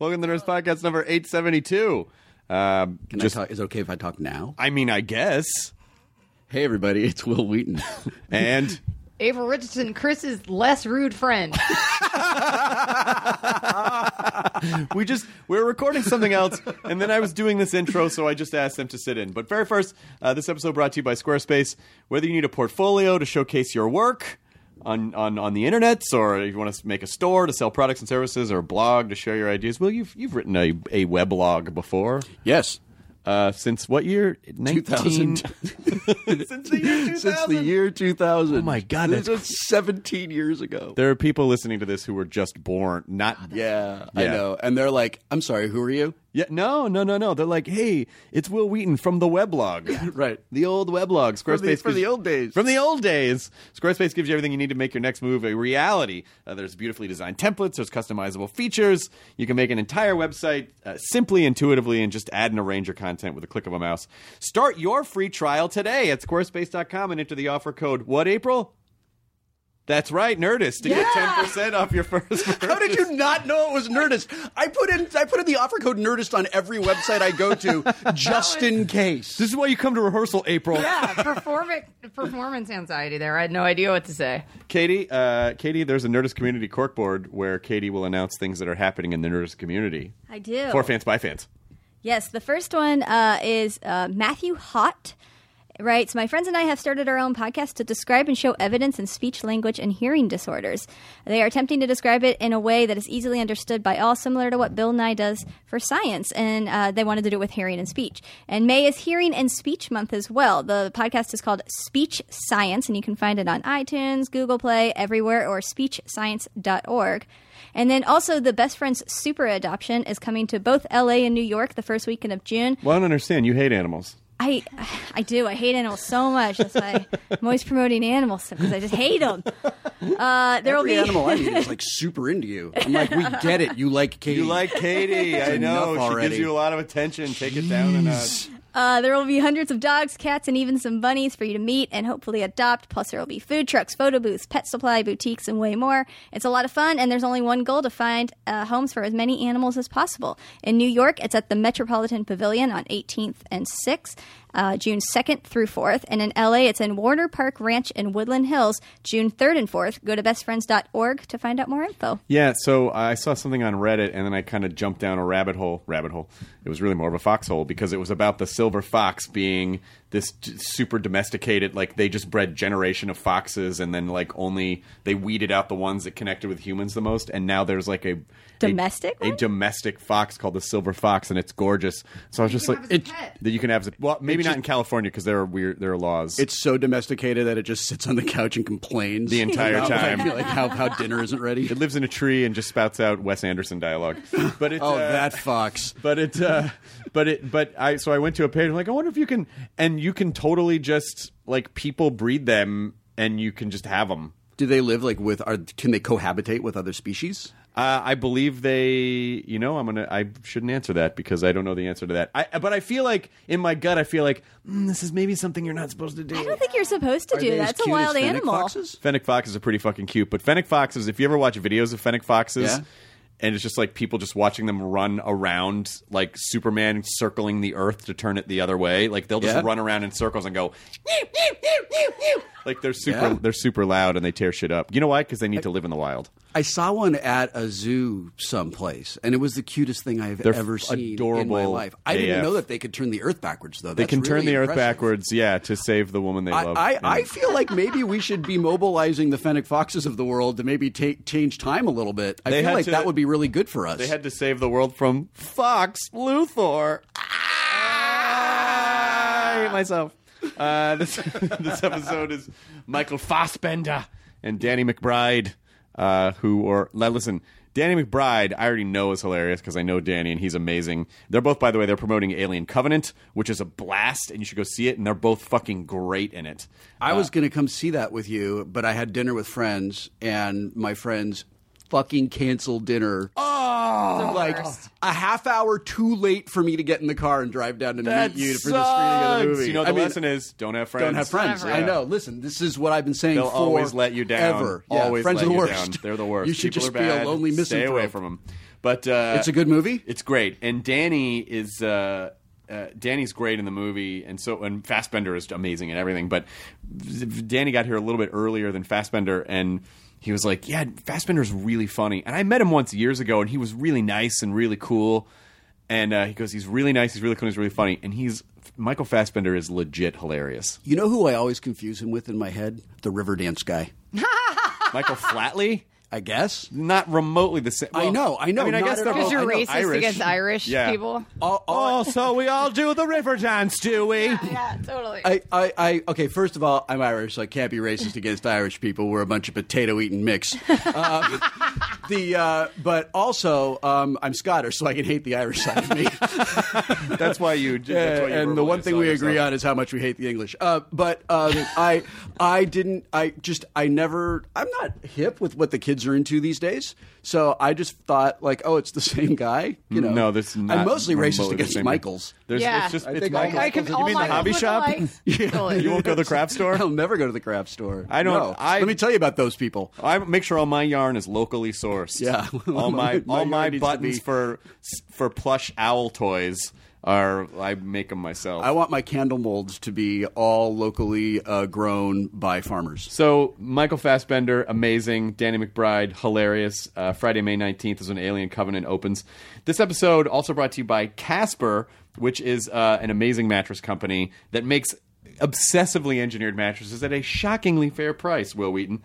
Welcome to the Nurse Podcast number 872. Um, Can just, I I, talk? Is it okay if I talk now? mean, I guess. Hey, everybody, it's Will Wheaton. And Ava Richardson, Chris's less rude friend. we just, we were recording something else, and then I was doing this intro, so I just asked them to sit in. But very first, uh, this episode brought to you by Squarespace. Whether you need a portfolio to showcase your work on, on, on the internet, or if you want to make a store to sell products and services, or a blog to share your ideas, well, you've, you've written a, a weblog before. yes. Uh, since what year? 19... 2000. since the year 2000. Since the year 2000. Oh, my God, This that's- was 17 years ago. There are people listening to this who were just born, Oh, not Yeah, I Yeah. know. And they're like, I'm sorry, who are you? Yeah, no, no, no, no. They're like, hey, it's Will Wheaton from the weblog. Right. The old weblog, Squarespace. the- from gives- the old days. From the old days, Squarespace gives you everything you need to make your next move a reality. Uh, there's beautifully designed templates. There's customizable features. You can make an entire website uh, simply, intuitively, and just add and arrange your content with a click of a mouse. Start your free trial today at squarespace.com and enter the offer code. What April? That's right, Nerdist to get ten percent off your first. How did you not know it was Nerdist? I put in I put in the offer code Nerdist on every website I go to, just in case. This is why you come to rehearsal, April. yeah, performance performance anxiety there. I had no idea what to say. Katie, uh, Katie, there's a Nerdist community corkboard where Katie will announce things that are happening in the Nerdist community I do. for fans by fans. Yes, the first one uh, is uh, Matthew Hott. Writes, my friends and I have started our own podcast to describe and show evidence in speech, language, and hearing disorders. They are attempting to describe it in a way that is easily understood by all, similar to what Bill Nye does for science. And uh, they wanted to do it with hearing and speech. And May is Hearing and Speech Month as well. The podcast is called Speech Science, and you can find it on iTunes, Google Play, everywhere, or speechscience.org. And then also, the Best Friends Super Adoption is coming to both LA and New York the first weekend of June. Well, I don't understand. You hate animals. I, I do. I hate animals so much. That's why I'm always promoting animal stuff because I just hate them. Uh, Every there will be animal I meet is like super into you. I'm like, we get it. You like Katie. You like Katie? I Enough know she already. gives you a lot of attention. Take it down and uh, Uh, there will be hundreds of dogs, cats, and even some bunnies for you to meet and hopefully adopt. Plus, there will be food trucks, photo booths, pet supply boutiques, and way more. It's a lot of fun, and there's only one goal to find uh, homes for as many animals as possible. In New York, it's at the Metropolitan Pavilion on 18th and 6th, uh, June 2nd through 4th. And in LA, it's in Warner Park Ranch in Woodland Hills, June 3rd and 4th. Go to bestfriends.org to find out more info. yeah. So I saw something on Reddit, and then I kind of jumped down a rabbit hole. Rabbit hole. It was really more of a foxhole because it was about the silver fox being this d- super domesticated, like they just bred generation of foxes, and then like only they weeded out the ones that connected with humans the most, and now there's like a Domestic a, a one? domestic fox called the silver fox, and it's gorgeous. So I was just can like, have as a It- pet. that you can have. As a, well, maybe not in California because there are weird there are laws. It's so domesticated that it just sits on the couch and complains The entire about, time. Like, like how, how dinner isn't ready. it lives in a tree and just spouts out Wes Anderson dialogue. But it's Oh, uh, that fox. But it, uh, but it, but I. So I went to a page. I'm like, I wonder if you can, and you can totally just like people breed them, and you can just have them. Do they live like with? Are can they cohabitate with other species? Uh, I believe they. You know, I'm gonna. I shouldn't answer that because I don't know the answer to that. I, but I feel like in my gut, I feel like mm, this is maybe something you're not supposed to do. I don't think you're supposed to Are do they that. as It's a cute as wild fennec animal. Foxes? Fennec foxes are pretty fucking cute, but fennec foxes, if you ever watch videos of fennec foxes, Yeah. and it's just like people just watching them run around like Superman circling the earth to turn it the other way, like they'll just Yeah. run around in circles and go like they're super Yeah. they're super loud and they tear shit up. You know why? Cuz they need to live in the wild. I saw one at a zoo someplace, and it was the cutest thing I have They're ever f- seen in my adorable life. I AF. didn't know that they could turn the Earth backwards, though. They can turn the earth backwards, yeah, to save the woman they I, love. I, And- I feel like maybe we should be mobilizing the fennec foxes of the world to maybe take, change time a little bit. I They feel had like to- that would be really good for us. they had to save the world from Fox Luthor. Ah, I hate myself. Uh, this this episode is Michael Fassbender and Danny McBride, uh, who are now listen. Danny McBride, I already know is hilarious because I know Danny and he's amazing. They're both, by the way, they're promoting Alien Covenant, which is a blast, and you should go see it. And they're both fucking great in it. I was going to come see that with you, but I had dinner with friends, and my friends fucking canceled dinner. Oh, like a half hour too late for me to get in the car and drive down to meet you for the screening of the movie. You know, the I mean, lesson is don't have friends. don't have friends. Don't have I friends. know. Listen, this is what I've been saying. They'll for always let you down. Ever. Yeah, Always friends let are the you worst. down. They're the worst. You should People just are be bad. a lonely Stay misanthrope. away from them. But uh, It's a good movie. It's great, and Danny is uh, uh, Danny's great in the movie, and so and Fassbender is amazing and everything. But Danny got here a little bit earlier than Fassbender, and he was like, "Yeah, Fassbender's really funny." And I met him once years ago, and he was really nice and really cool. And uh, he goes, "He's really nice. He's really cool. He's really funny." And he's Michael Fassbender is legit hilarious. You know who I always confuse him with in my head? The Riverdance guy. Michael Flatley. I guess. Not remotely the same. I know, I know, I mean, I not guess at they're all. all- Because I you're know, racist against Irish Yeah. people. All, all- Oh, so we all do the river dance, do we? Yeah, totally. I, I, I, okay, first of all, I'm Irish, so I can't be racist against Irish people. We're a bunch of potato eating mix. Uh, the, uh, but also, um, I'm Scottish, so I can hate the Irish side of me. That's why you. That's why you Uh, and the one thing we agree on is how much we hate the English. Uh, but um, I, I didn't. I just. I never. I'm not hip with what the kids are into these days. So I just thought like, oh, it's the same guy. You know, Mm, no, that's not I'm mostly racist remotely the against same. Michaels. There's, yeah, it's just I it's think Michael's. I can- you all mean the Michael's hobby look shop? alikes. Totally. Oh, you won't go to the craft store. I'll never go to the craft store. I don't- No. I- Let me tell you about those people. I make sure all my yarn is locally sourced. Yeah. all my, My all yarn my needs to buttons be- for for plush owl toys are I make them myself. I want my candle molds to be all locally uh, grown by farmers. so Michael Fassbender, amazing. Danny McBride, hilarious. Uh, Friday, May nineteenth is when Alien Covenant opens. This episode also brought to you by Casper, which is uh, an amazing mattress company that makes obsessively engineered mattresses at a shockingly fair price. Will Wheaton.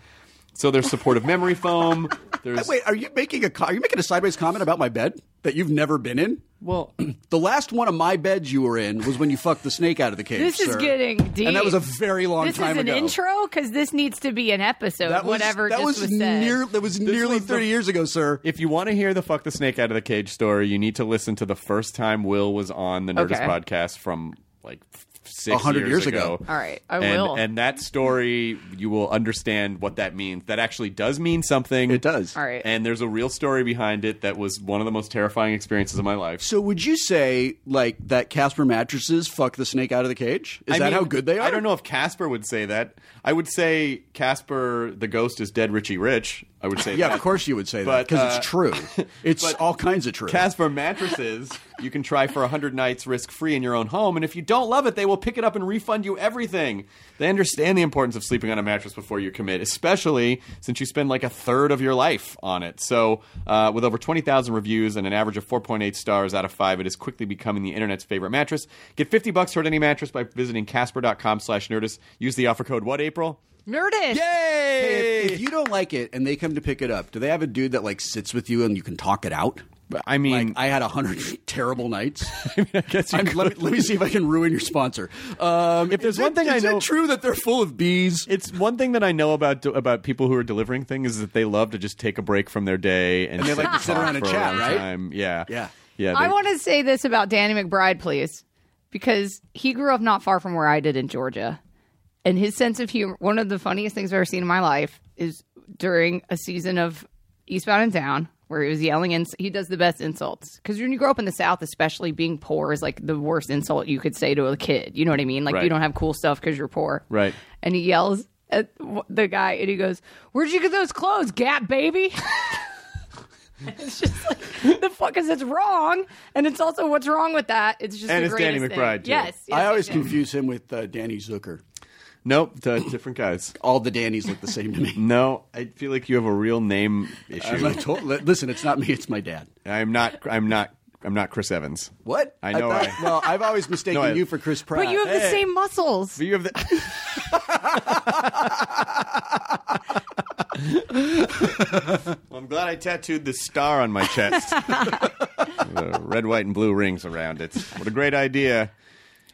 So there's supportive memory foam. There's Wait, are you making a co- are you making a sideways comment about my bed that you've never been in? well. The last one of my beds you were in was when you fucked the snake out of the cage. This is sir. getting deep. And that was a very long this time is an ago. intro because this needs to be an episode. That was, whatever that just was, was, said. near, that was nearly was the- 30 years ago, sir. If you want to hear the fuck the snake out of the cage story, you need to listen to the first time Will was on the Nerdist Okay. podcast from like f- six 100 years ago. ago. All right, I and, will. And that story, you will understand what that means. That actually does mean something. It does. All right. And there's a real story behind it that was one of the most terrifying experiences of my life. So would you say like that Casper mattresses fuck the snake out of the cage? Is I that mean, how good they are? I don't know if Casper would say that. I would say Casper, the ghost is dead. Richie Rich. I would say. Yeah, that. of course you would say that But, because uh, it's true. It's all kinds of true. Casper mattresses you can try for 100 nights risk free in your own home. And if you don't love it, they will pick it up and refund you everything. They understand the importance of sleeping on a mattress before you commit, especially since you spend like a third of your life on it. So, uh, with over 20,000 reviews and an average of 4.8 stars out of 5, it is quickly becoming the internet's favorite mattress. Get 50 bucks toward any mattress by visiting casper.com slash nerdist. Use the offer code what April? Nerdist. Yay! if, if you don't like it and they come to pick it up, do they have a dude that like sits with you and you can talk it out? I mean, Like I had a hundred terrible nights. I guess you I'm- could. let, me, let me see if I can ruin your sponsor. Um, If there's is one it- thing I is know- it true that they're full of bees? It's one thing that I know about about people who are delivering things is that they love to just take a break from their day and, they like to sit talk around and for a chat, long right? time. Yeah, Yeah. yeah. I they- want to say this about Danny McBride, please, because he grew up not far from where I did in Georgia. And his sense of humor, one of the funniest things I've ever seen in my life is during a season of Eastbound and Down where he was yelling and he does the best insults. Because when you grow up in the South, especially being poor is like the worst insult you could say to a kid. You know what I mean? Like Right. you don't have cool stuff because you're poor. Right. And he yells at w- the guy and he goes, Where'd you get those clothes, Gap baby? It's just like the fuck is it's wrong, and it's also what's wrong with that. It's just And the it's Danny greatest thing. McBride, too. Yes, yes, I always yes, yes. confuse him with uh, Danny Zucker. nope, d- different guys. All the Dannys look the same to me. No, I feel like you have a real name I'm issue. not to- li- listen, it's not me; it's my dad. I'm not. I'm not. I'm not Chris Evans. What? I know thought- I- well, I've always mistaken No, I- you for Chris Pratt. but you have the same muscles. But you have the. well, I'm glad I tattooed this star on my chest. With the red, white, and blue rings around it. What a great idea.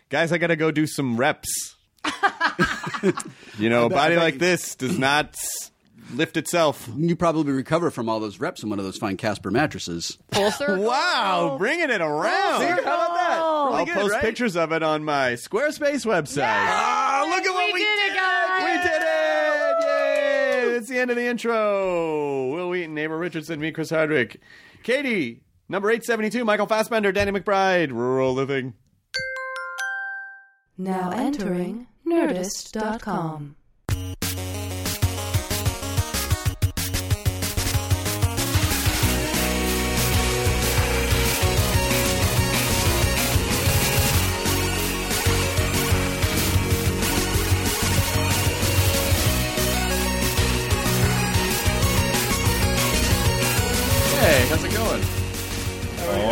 Guys, I got to go do some reps. you know, a body bet like you- this does not s- lift itself. You probably recover from all those reps in one of those fine Casper mattresses. Full circle. Wow, bringing it around. See, how about that? Oh. I'll Really good, post right? pictures of it on my Squarespace website. Ah, look at what we, we did, it, We guys. did it! Yay! That's the end of the intro. Will Wheaton, Neighbor Richardson, me, Chris Hardwick, Katie, number 872, Michael Fassbender, Danny McBride, Rural Living. Now entering Nerdist.com.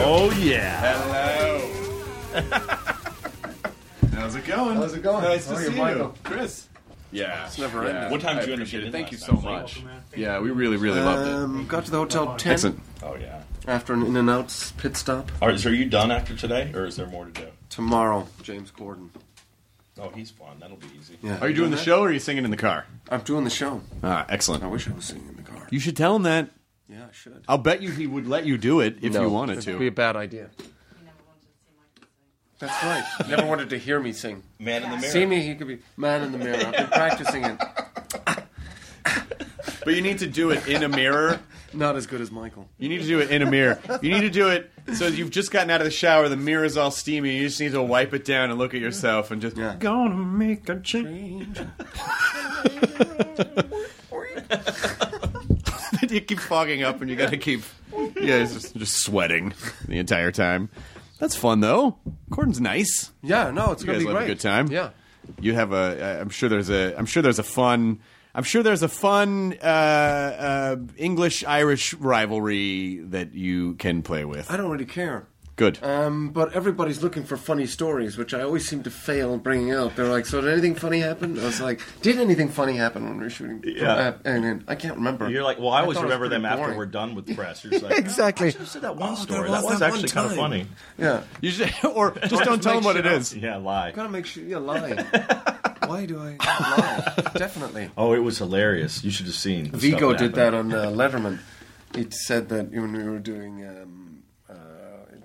Oh yeah. Hello. How's it going? How's it going? Nice How to are you, see Michael? you, Chris. Yeah, it's never ending. What time did you end up appreciate getting it. in Thank last you time? so much. Yeah, we really, really loved Um, got to the hotel 10 it. Excellent. Oh yeah. after an in and out pit stop. All right, so are you done after today, or is there more to do? Tomorrow, James Corden. Oh, he's fun. That'll be easy. Yeah. Are you doing the show or are you singing in the car? I'm doing the show. Uh, Ah, I excellent. wish I was singing in the car. You should tell him that. Yeah, I should. I'll bet you he would let you do it if you wanted It'd be a to. bad idea. That's right. Never wanted to hear me sing. Man in the mirror. See me, he could be man in the mirror. I've been practicing it. But you need to do it in a mirror. Not as good as Michael. You need to do it in a mirror. You need to do it so you've just gotten out of the shower, the mirror's all steamy, you just need to wipe it down and look at yourself and just Yeah. gonna make a change. you keep fogging up and you gotta keep Yeah, it's just, just sweating the entire time. That's fun though. Corden's nice. Yeah, no, it's You gonna guys be will have great. a good time. Yeah. You have a. I'm sure there's a. I'm sure there's a fun. I'm sure there's a fun uh, uh, English Irish rivalry that you can play with. I don't really care. Good. Um, but everybody's looking for funny stories, which I always seem to fail bringing out. They're like, "So did anything funny happen?" I was like, "Did anything funny happen when we were shooting?" Yeah. Uh, and, and I can't remember. You're like, well, I always thought it was remember them pretty after boring. we're done with press. You're just like, Exactly. Oh, I said that one story. there was that was that one actually kind of time. funny. Yeah. you should, or just don't tell them make what it shit up. is. Yeah, lie. Gotta make sure you lie. Why do I lie? Definitely. Oh, it was hilarious. You should have seen. the stuff Vigo did that happened. on uh, Letterman. He said that when we were doing um, uh,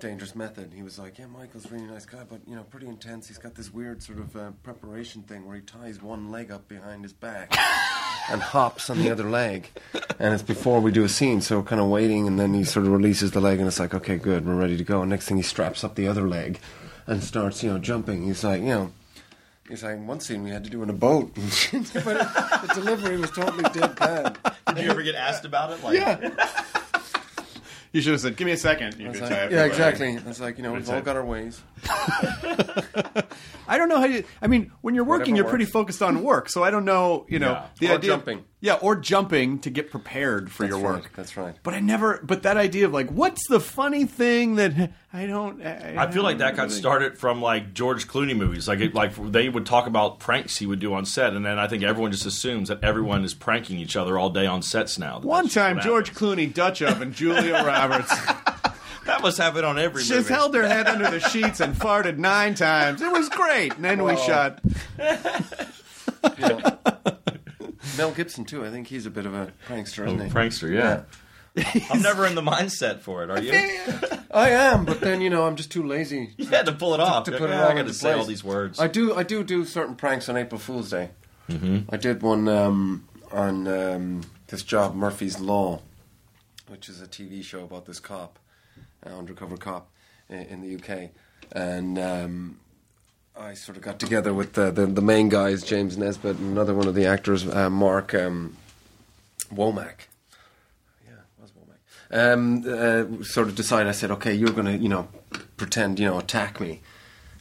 Dangerous Method, he was like, "Yeah, Michael's a really nice guy, but you know, pretty intense. He's got this weird sort of uh, preparation thing where he ties one leg up behind his back and hops on the other leg, and it's before we do a scene. So we're kind of waiting, and then he sort of releases the leg, and it's like, okay, good, we're ready to go. And next thing, he straps up the other leg and starts, you know, jumping. He's like, you know. He's like, one scene we had to do in a boat. but the delivery was totally deadpan. Did you ever get asked about it? Like, Yeah. You should have said, "Give me a second. You It's could like- tie up yeah, your leg. exactly. It's like, you know, we've all got our ways. I don't know how you. I mean, when you're working, Whatever you're pretty works. focused on work. So I don't know. You know, Yeah. the Or idea jumping. Yeah, or jumping to get prepared for That's your right, work. that's right. But I never. But that idea of like, what's the funny thing that I don't. I, I feel like that got started from like George Clooney movies. Like, it, like they would talk about pranks he would do on set, and then I think everyone just assumes that everyone is pranking each other all day on sets now. That One that's just time, what George happens. Clooney, Dutch oven, Julia Roberts that must happen on every just movie. held her head under the sheets and farted nine times. It was great. And then we shot. Yeah. Mel Gibson, too. I think he's a bit of a prankster, isn't he? Oh, prankster, yeah. I'm never in the mindset for it. Are you? I am, but then, you know, I'm just too lazy. Yeah, to pull it off. to put it Yeah, all I got into to say all place. these words. I do I do, do certain pranks on April Fool's Day. Mm-hmm. I did one um, on um, this job, Murphy's Law, which is a TV show about this cop, uh, undercover cop i- in the UK. And um, I sort of got together with the, the, the main guys, James Nesbitt, and another one of the actors, uh, Mark um, Womack. Yeah, it was Womack. Um, uh, sort of decided, I said, okay, you're going to, you know, pretend, you know, attack me.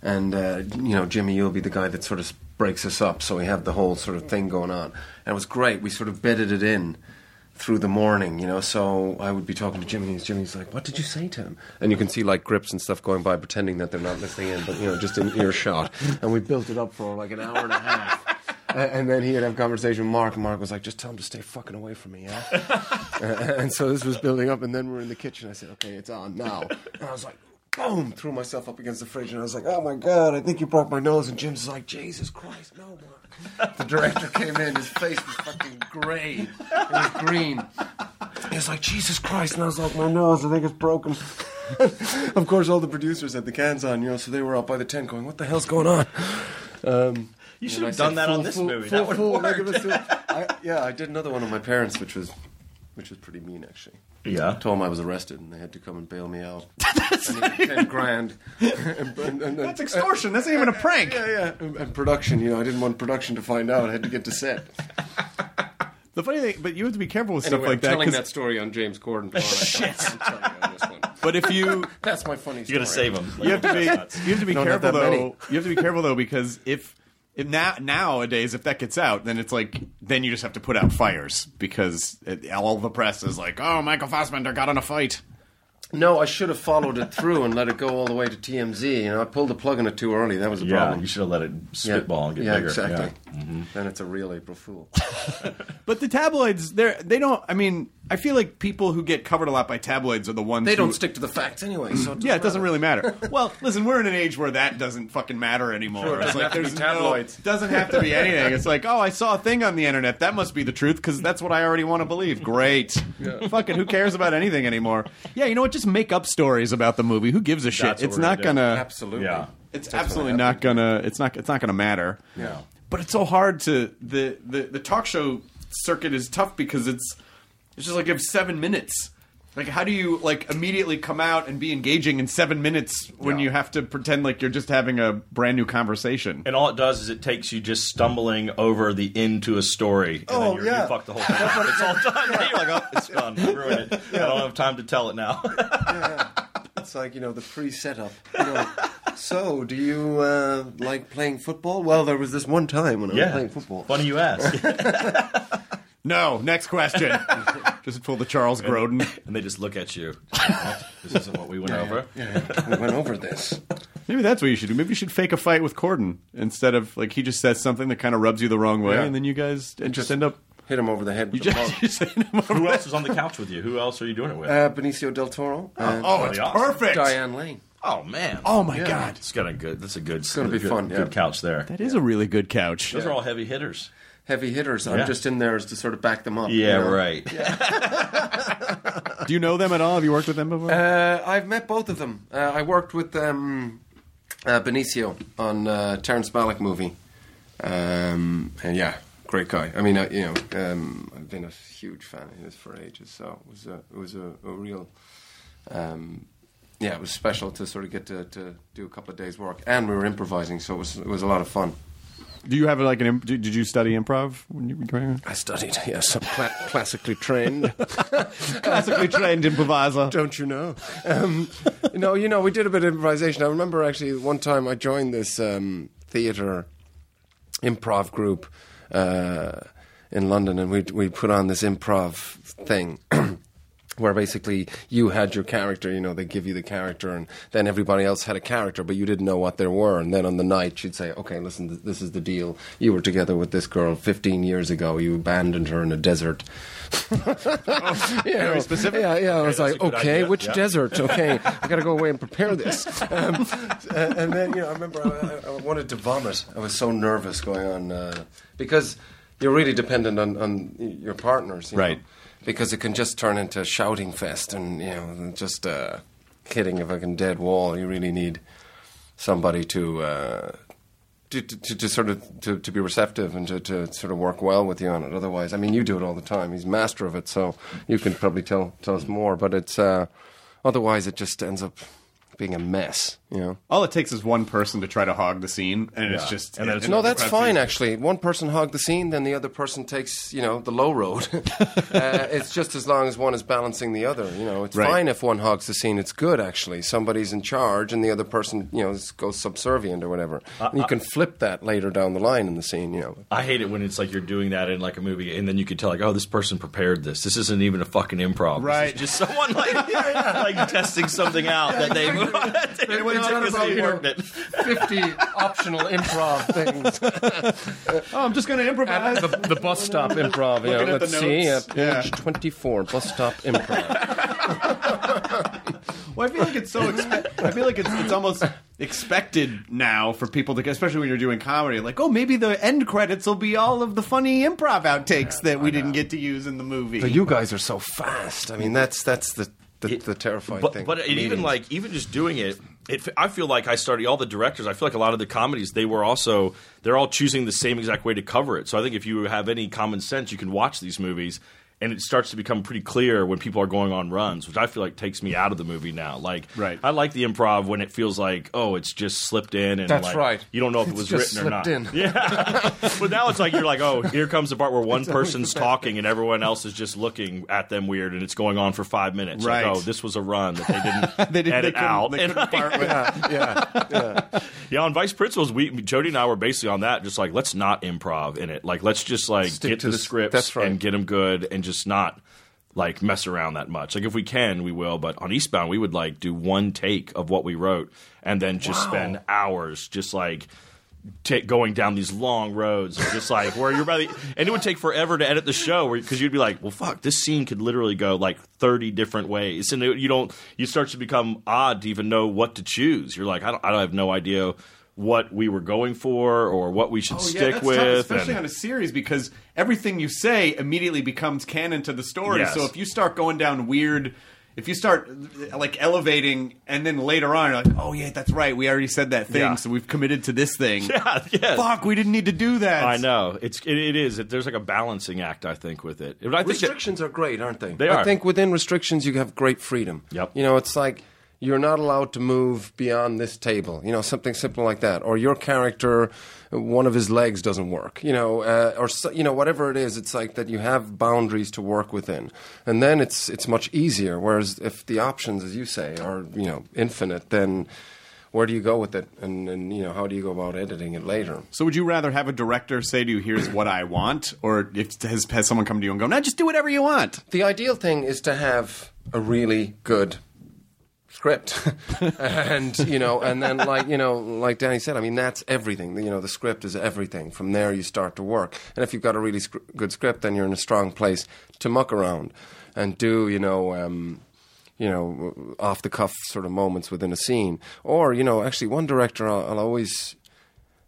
And, uh, you know, Jimmy, you'll be the guy that sort of breaks us up. So we have the whole sort of thing going on. And it was great. We sort of bedded it in through the morning, you know. So I would be talking to Jimmy, and Jimmy's like, "What did you say to him?" And you can see like grips and stuff going by, pretending that they're not listening in, but you know, just in earshot. And we built it up for like an hour and a half. A- And then he would have a conversation with Mark, and Mark was like, "Just tell him to stay fucking away from me." Yeah? Uh, and so this was building up, and then we're in the kitchen. I said, "Okay, it's on now." And I was like, "Boom!" Threw myself up against the fridge, and I was like, "Oh my god, I think you broke my nose." And Jim's like, "Jesus Christ, no, Mark!" The director came in, his face was fucking grey, it was green. He was like, "Jesus Christ!" And I was like, "My nose, I think it's broken." of course, all the producers had the cans on, you know, so they were out by the tent going, "What the hell's going on?" Um, you should and I have said, done that "Fool, on this fool, movie. fool, that would fool, have look worked. at this dude." I, yeah, I did another one of my parents, which was, which was pretty mean actually. Yeah. I told them I was arrested, and they had to come and bail me out. and it was ten grand. and, and- and- That's extortion. That's not even a prank. yeah, yeah. And, and production, you know, I didn't want production to find out. I had to get to set. The funny thing, but you have to be careful with Anyway, stuff like I'm telling 'cause- that story on James Corden. tomorrow. I'm telling you on this one. But if you That's my funny. You got to save them. you have to be you have to be Don't have careful that though. many. You have to be careful though because if if now nowadays if that gets out, then it's like then you just have to put out fires because it, all the press is like, oh, Michael Fassbender got in a fight. No, I should have followed it through and let it go all the way to TMZ. You know, I pulled the plug on it too early. That was a Yeah, problem. you should have let it spitball and get yeah, bigger. Exactly. Yeah. Then it's a real April Fool. But the tabloids, they are they don't. I mean, I feel like people who get covered a lot by tabloids are the ones they who, don't stick to the facts anyway. So Yeah, it doesn't really matter. Well, listen, we're in an age where that doesn't fucking matter anymore. Sure, it it's like doesn't have to be there's tabloids. No, doesn't have to be anything. It's like, oh, I saw a thing on the internet. That must be the truth because that's what I already want to believe. Great. Fucking who cares about anything anymore? Yeah, you know what? Just make up stories about the movie. Who gives a shit? That's what it's we're gonna not do. gonna. Absolutely. Yeah. It's That's absolutely what not happened. gonna. It's not. It's not gonna matter. Yeah. But it's so hard to the the the talk show circuit is tough because it's it's just like you have seven minutes. Like how do you like immediately come out and be engaging in seven minutes when Yeah. you have to pretend like you're just having a brand new conversation? And all it does is it takes you just stumbling over the end to a story. And Oh, then you're, yeah. You fuck the whole thing. up. it's all done. You're like, oh, it's done. I ruined it. I don't have time to tell it now. It's like you know the pre-setup. You know, so, do you uh, like playing football? Well, there was this one time when I was playing football. Funny you ask. No, next question. just pull the Charles Grodin. and they just look at you. this isn't what we went over. we went over this. Maybe that's what you should do. Maybe you should fake a fight with Corden instead of like he just says something that kind of rubs you the wrong way, Yeah. and then you guys and just, Just- end up. Hit him over the head with You just, the ball. you send him over Who else is on the couch with you? Who else are you doing it with? Uh, Benicio del Toro. and Oh, it's That'd be awesome. perfect. Diane Lane. oh man. Oh my Yeah. god. It's got a good. That's a good. It's gonna be good, fun, yeah. Good couch there. That is a really good couch. Those are all heavy hitters. Heavy hitters. Yeah. I'm just in there to sort of back them up. Yeah, you know? right. Do you know them at all? Have you worked with them before? Uh, I've met both of them. Uh, I worked with um, uh, Benicio on uh, Terrence Malick movie. Um, and yeah, great guy. I mean, I, you know, um, I've been a huge fan of his for ages. So it was a, it was a, a real, um, yeah, it was special to sort of get to, to do a couple of days work, and we were improvising, so it was it was a lot of fun. Do you have like an? Imp- did did you study improv when you were growing up? I studied, yes, I'm cla- classically trained. Classically trained improviser. Don't you know? Um, no, you know, we did a bit of improvisation. I remember actually one time I joined this um, theatre improv group uh, in London, and we we put on this improv thing. Where basically you had your character, you know, they give you the character, and then everybody else had a character, but you didn't know what they were. And then on the night, she'd say, "Okay, listen, th- this is the deal. You were together with this girl 15 years ago. You abandoned her in a desert." yeah, very specific. Yeah, yeah. I was Oh, that's like, a good "Okay, idea. which Yeah. desert? Okay, I gotta go away and prepare this." Um, uh, and then you know, I remember I, I- I wanted to vomit. I was so nervous going on uh, because you're really dependent on, on your partners, you know? Right. Because it can just turn into a shouting fest and you know just uh, hitting a fucking dead wall. You really need somebody to. Uh, to, to, to, to sort of to, to be receptive and to, to sort of work well with you on it. Otherwise, I mean, you do it all the time. He's master of it, so you can probably tell tell us more. But it's uh, otherwise, it just ends up being a mess, you know. All it takes is one person to try to hog the scene, and it's Yeah. just And then it's No, that's fine actually. One person hog the scene, then the other person takes you know the low road. uh, it's just as long as one is balancing the other. You know, it's Right. fine if one hogs the scene. It's good actually. Somebody's in charge, and the other person you know is- goes subservient or whatever. you can flip that later down the line in the scene. You know, I hate it when it's like you're doing that in like a movie, and then you could tell like, oh, this person prepared this. This isn't even a fucking improv. This is Right. just someone like like testing something out that they they went on meticulously about worked it. fifty optional improv things. Oh, I'm just going to improvise. the, the bus stop improv. You know, Looking at let's the see, uh, notes. Yeah. page twenty-four, bus stop improv. Well, I feel like it's so. Expe- I feel like it's it's almost expected now for people to, especially when you're doing comedy, like oh maybe the end credits will be all of the funny improv outtakes that we didn't get to use in the movie. but you guys are so fast. I mean, that's that's the the, the terrifying but, thing. But it even Comedians. like even just doing it, it, f- I feel like I started all the directors. I feel like a lot of the comedies they were also they're all choosing the same exact way to cover it. So I think if you have any common sense, you can watch these movies. And it starts to become pretty clear when people are going on runs, which I feel like takes me out of the movie now. Like, Right. I like the improv when it feels like, oh, it's just slipped in, and That's like, right. You don't know if it It's was just written or not. slipped in. Yeah, but now it's like you're like, oh, here comes the part where one person's talking and everyone else is just looking at them weird, and it's going on for five minutes. Like, Right. oh, this was a run that they didn't they didn't edit they couldn't- out. They And, couldn't part with. yeah, on Vice Principals, we Jody and I were basically on that, just like let's not improv in it. Like let's just like Stick get to the, the s- scripts that's right. and get them good and just not like mess around that much. Like if we can, we will. But on Eastbound, we would like do one take of what we wrote and then just spend hours just like ta going down these long roads, of just like where you're by the, and it would take forever to edit the show because you'd be like, well, fuck, this scene could literally go like 30 different ways, and it, you don't, you start to become odd to even know what to choose. You're like, I don't, I don't have no idea what we were going for or what we should Oh, yeah, stick that's with, tough, especially and- on a series, because everything you say immediately becomes canon to the story. Yes. So if you start going down weird, if you start like elevating, and then later on, you're like, oh yeah, that's right, we already said that thing, Yeah. so we've committed to this thing. yeah, yes. Fuck, we didn't need to do that. I know it's it, it is. It, there's like a balancing act, I think, with it. But I think that- restrictions are great, aren't they? They I are. think within restrictions you have great freedom. Yep. You know, it's like you're not allowed to move beyond this table. You know, something simple like that, or your character, one of his legs doesn't work. You know, uh, or so, you know whatever it is, it's like that you have boundaries to work within, and then it's it's much easier. Whereas if the options, as you say, are you know infinite, then where do you go with it, and, and you know how do you go about editing it later? So would you rather have a director say to you, "Here's what I want," or if has has someone come to you and go, "No, just do whatever you want"? the ideal thing is to have a really good script and you know and then like you know like danny said i mean that's everything you know the script is everything from there you start to work and if you've got a really scr- good script then you're in a strong place to muck around and do you know um, you know off the cuff sort of moments within a scene or you know actually one director i'll, I'll always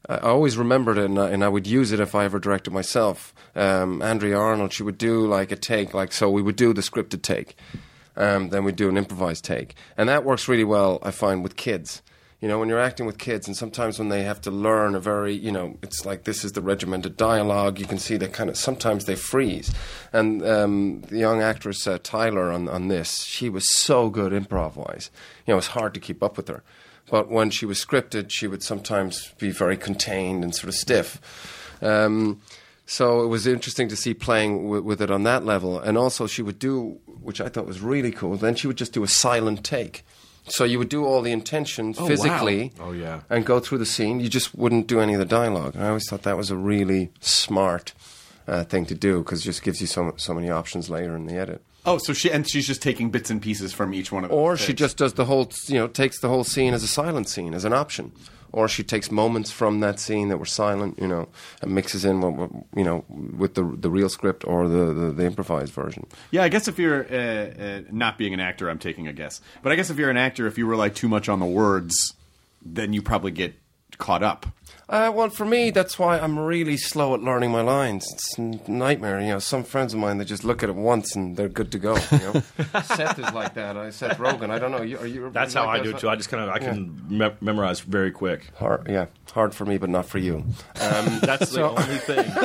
I I always remembered it, and I, and I would use it if I ever directed myself. Um, Andrea Arnold, she would do like a take, like so. We would do the scripted take, um, then we'd do an improvised take, and that works really well. I find with kids, you know, when you're acting with kids, and sometimes when they have to learn a very, you know, it's like this is the regimented dialogue. You can see they kind of sometimes they freeze, and um, the young actress uh, Tyler on on this, she was so good improv wise. You know, it's hard to keep up with her but when she was scripted, she would sometimes be very contained and sort of stiff. Um, so it was interesting to see playing w- with it on that level. And also, she would do, which I thought was really cool, then she would just do a silent take. So you would do all the intention physically Oh, yeah. and go through the scene. You just wouldn't do any of the dialogue. And I always thought that was a really smart uh, thing to do because it just gives you so, so many options later in the edit Oh, so she and she's just taking bits and pieces from each one of. or those she things. just does the whole you know takes the whole scene as a silent scene as an option or she takes moments from that scene that were silent you know and mixes in what, what you know with the the real script or the the, the improvised version Yeah, I guess if you're uh, uh, not being an actor, I'm taking a guess. But I guess if you're an actor, if you rely too much on the words, then you probably get caught up. Uh, well, for me, that's why I'm really slow at learning my lines. It's a nightmare. You know, some friends of mine they just look at it once and they're good to go. You know? Seth is like that. I, Seth Rogen. I don't know. You, are you? that's like how I that as do it well? too. I just kind of I can me- memorize very quick. Hard, yeah, hard for me, but not for you. Um, That's the only thing.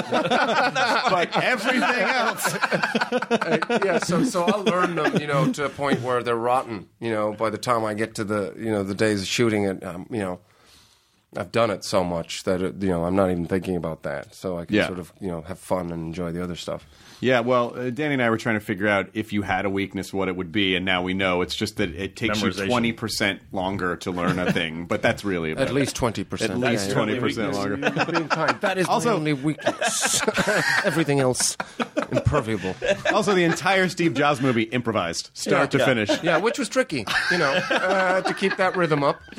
But everything else, Uh, yeah, so so I'll learn them, you know, to a point where they're rotten. You know, by the time I get to the you know the days of shooting it, um, you know, I've done it so much that it, you know I'm not even thinking about that. So I can Yeah. sort of you know have fun and enjoy the other stuff. yeah. Well, uh, Danny and I were trying to figure out if you had a weakness, what it would be, and now we know. It's just that it takes you Memorization. twenty percent longer to learn a thing, but that's really about At it. least twenty percent. at least twenty percent longer. That is Also- my only weakness. Everything else imperviable. also, the entire Steve Jobs movie improvised, start to finish. Yeah, which was tricky, you know, uh, to keep that rhythm up.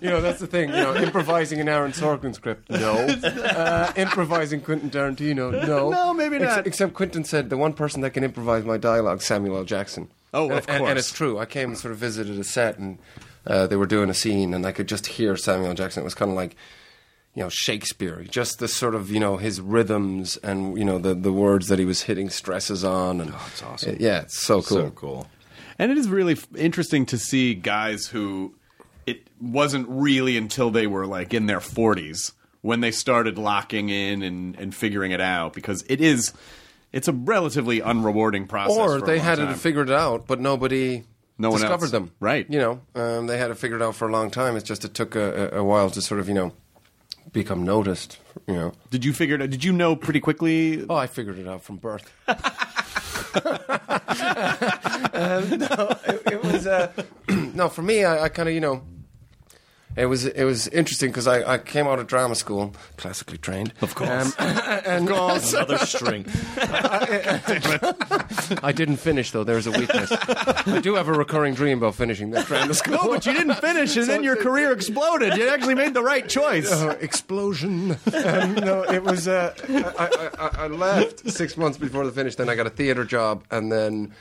you know, that's the thing. You know, improvising an Aaron Sorkin script, no. Uh, improvising Quentin Tarantino, no. No, maybe not. except Quentin said the one person that can improvise my dialogue, Samuel L. Jackson. Oh, and, of and- course. and it's true. I came and sort of visited a set, and uh, they were doing a scene, and I could just hear Samuel L. Jackson. It was kind of like you know Shakespeare, just the sort of you know his rhythms and you know the the words that he was hitting stresses on, and Oh, it's awesome. yeah, it's so cool. So cool. And it is really f- interesting to see guys who it wasn't really until they were like in their 40s when they started locking in and, and figuring it out because it is it's a relatively unrewarding process. Or for a they long had time. it figured out, but nobody No one discovered else. them, Right. You know, um, they had it figured out for a long time. It's just it took a, a a while to sort of you know become noticed. You know, Did you figure it out? Did you know pretty quickly? oh, I figured it out from birth. um, no, it, it was uh, no for me. I, I kind of you know It was it was interesting because I, I came out of drama school, classically trained, of course. and Another string. I didn't finish though. There is a weakness. I do have a recurring dream about finishing that drama school. No, but you didn't finish, and then your career exploded. You actually made the right choice. Uh, explosion. um, no, it was. Uh, I, I, I, I left six months before the finish. Then I got a theater job, and then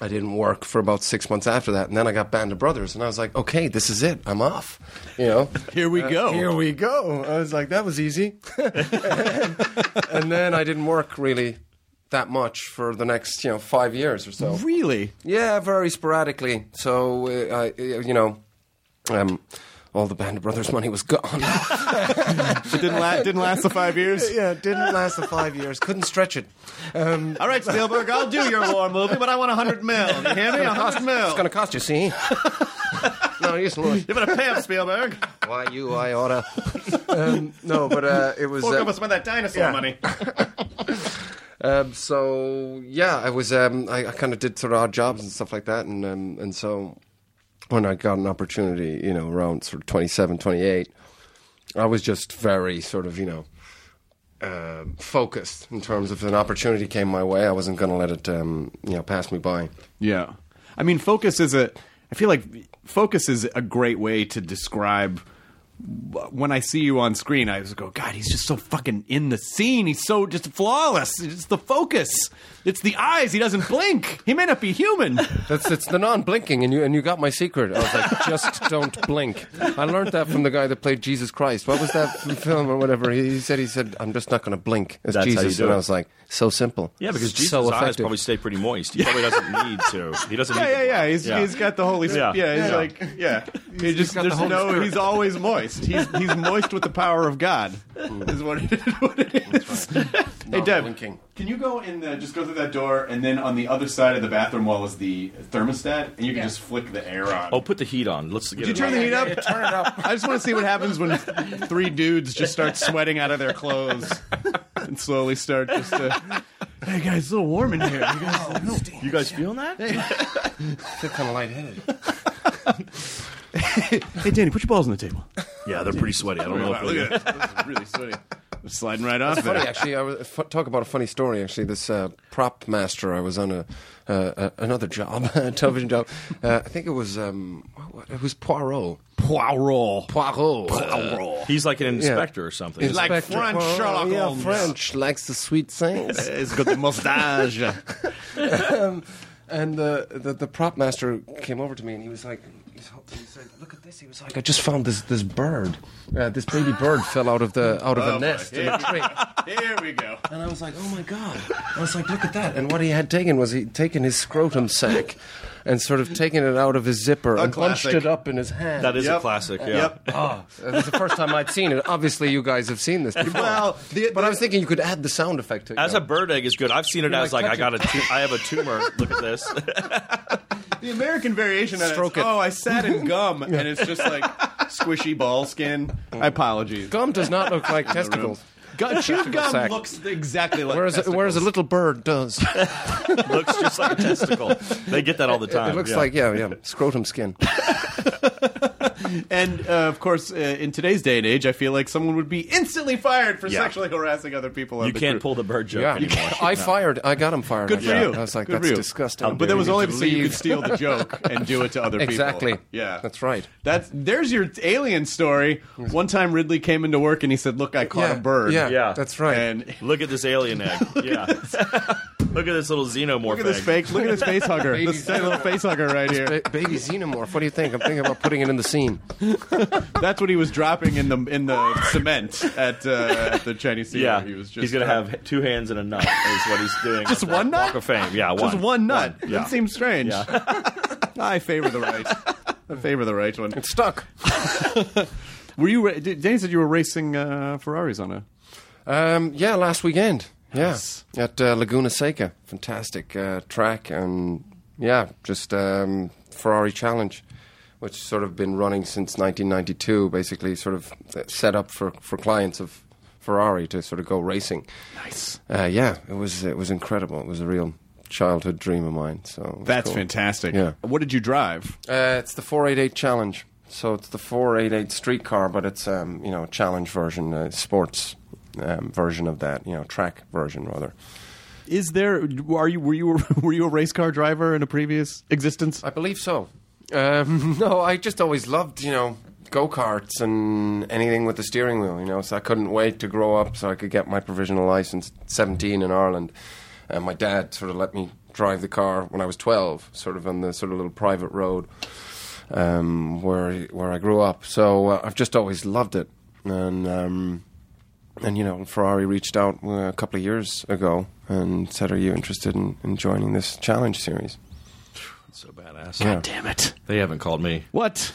I didn't work for about six months after that. And then I got Band of Brothers, and I was like, okay, this is it. I'm off. You know, Here we Uh, go. here we go. I was like, that was easy. and then I didn't work really that much for the next, you know, five years or so. Really? Yeah, very sporadically. So, uh, I, uh, you know, um, all the Band of Brothers money was gone. It didn't, la- didn't last the five years. yeah, it didn't last the five years. Couldn't stretch it. Um, All right, Spielberg, I'll do your war movie, but I want a hundred mil. You hear me? A hundred mil. it's going to cost you, see? no, you just look. You better pay up, Spielberg. Why you, I oughta. um, no, but uh, it was. Fork uh, over some of that dinosaur yeah. money. Um, so yeah, I was um, I, I kind of did sort of odd jobs and stuff like that, and um, and so when I got an opportunity, you know, around sort of 27, 28, I was just very sort of you know um focused in terms of if an opportunity came my way, I wasn't going to let it um, you know pass me by. Yeah. I mean, focus is a. I feel like focus is a great way to describe. When I see you on screen, I just go, God, he's just so fucking in the scene. He's so just flawless. It's the focus. It's the eyes. He doesn't blink. He may not be human. That's it's the non-blinking, and you and you got my secret. I was like, just don't blink. I learned that from the guy that played Jesus Christ. What was that f- film or whatever? He, he said he said I'm just not going to blink as That's how you Jesus, do and it. I was like, so simple. Yeah, because Jesus' so eyes effective. probably stay pretty moist. He probably doesn't need to. He doesn't. Yeah, need yeah, to yeah. He's Yeah. he's got the holy. Yeah, Yeah. yeah he's Yeah. like yeah. He just got the there's Holy no. Spirit. He's always moist. He's he's moist with the power of God. Is what it, what it is. Hey, Not Deb, blinking. can you go in the just go through that door and then on the other side of the bathroom wall is the thermostat and you can Yeah. just flick the air on. Oh, put the heat on. Let's get Did you it turn the on. heat up? Turn it up. I just want to see what happens when three dudes just start sweating out of their clothes and slowly start just. Uh, hey guys, it's a little warm in here. You guys, You guys feeling that? feel kind of lightheaded. hey Danny, put your balls on the table. Yeah, they're pretty sweaty. I don't know. Oh, Wow, if look they- at that. This is really sweaty. I'm sliding right off Funny, there. actually, I was, f- talk about a funny story. Actually, this uh, prop master, I was on a, uh, uh, another job, a television job. Uh, I think it was um, what- what- it was Poirot. Poirot. Poirot. Poirot. He's like an inspector or something. Inspector like French Poirot. Sherlock yeah, Holmes. French likes the sweet things. He's got the mustache. um, and the, the the prop master came over to me and he was like, he's, he said, "Look at this." He was like, "I just found this this bird. Uh, this baby bird fell out of the out of a nest in a tree." Here we go. And I was like, oh my God. I was like, look at that. And what he had taken was he'd taken his scrotum sack and sort of taken it out of his zipper and classic. bunched it up in his hand. that is Yep. a classic. Yeah. Yep. Ah, it was the first time I'd seen it. Obviously, you guys have seen this before. Well, the- but I was thinking you could add the sound effect to it. As a bird egg is good. I've seen it as like, like, I got a tu- I have a tumor. Look at this. The American variation of Stroke it. is, it. Oh, I sat in gum, and it's just like squishy ball skin. I apologize. gum does not look like testicles. Gum, chewed gum sack. looks exactly like. Whereas, testicles. whereas a little bird does. Uh, It Looks just like a testicle. They get that all the time. looks yeah. like, yeah, yeah, scrotum skin. And uh, of course, uh, in today's day and age, I feel like someone would be instantly fired for Yeah. sexually harassing other people. on you the can't crew. pull the bird joke Yeah. anymore. I fired. I got him fired. Good for actually. you. I was like, Good for that's you. Um, disgusting. But that was You only need to so you leave. could steal the joke and do it to other people. Exactly. Yeah. That's right. That's there's your alien story. One time Ridley came into work and he said, "Look, I caught a bird." Yeah, Yeah. that's right. And Look at this alien egg. Yeah. Look at this little xenomorph look at this egg. fake. Look at this face hugger. this Baby's- little face hugger right here. Ba- baby xenomorph. What do you think? I'm thinking about putting it in the scene. That's what he was dropping in the in the cement at, uh, at the Chinese theater. Yeah, He was just he's gonna uh, have two hands and a nut. Is what he's doing. Just at the one nut? Walk of Fame. Yeah, one. just one nut. yeah. That seems strange. Yeah. I favor the right. I favor the right one. It's stuck. Were you? ra- Danny said you were racing uh, Ferraris on a. Um, yeah, last weekend. Yeah, Nice. at uh, Laguna Seca, fantastic uh, track, and yeah, just um, Ferrari Challenge, which sort of been running since 1992. Basically, sort of uh, set up for for clients of Ferrari to sort of go racing. Nice. Uh, yeah, it was it was incredible. It was a real childhood dream of mine. So it was That's cool. fantastic. Yeah. What did you drive? Uh, it's the 488 Challenge. So it's the 488 streetcar, but it's um, you know a challenge version, a sports um, version of that, you know track version rather. Is there? Are you? Were you? Were you a race car driver in a previous existence? I believe so. Um, no, I just always loved you know go karts and anything with the steering wheel. You know, so I couldn't wait to grow up so I could get my provisional license. at Seventeen in Ireland, and my dad sort of let me drive the car when I was twelve, sort of on the sort of little private road um, where where I grew up. So uh, I've just always loved it, and um, and you know Ferrari reached out uh, a couple of years ago and said, "Are you interested in, in joining this challenge series?" So badass. Damn it! They haven't called me. What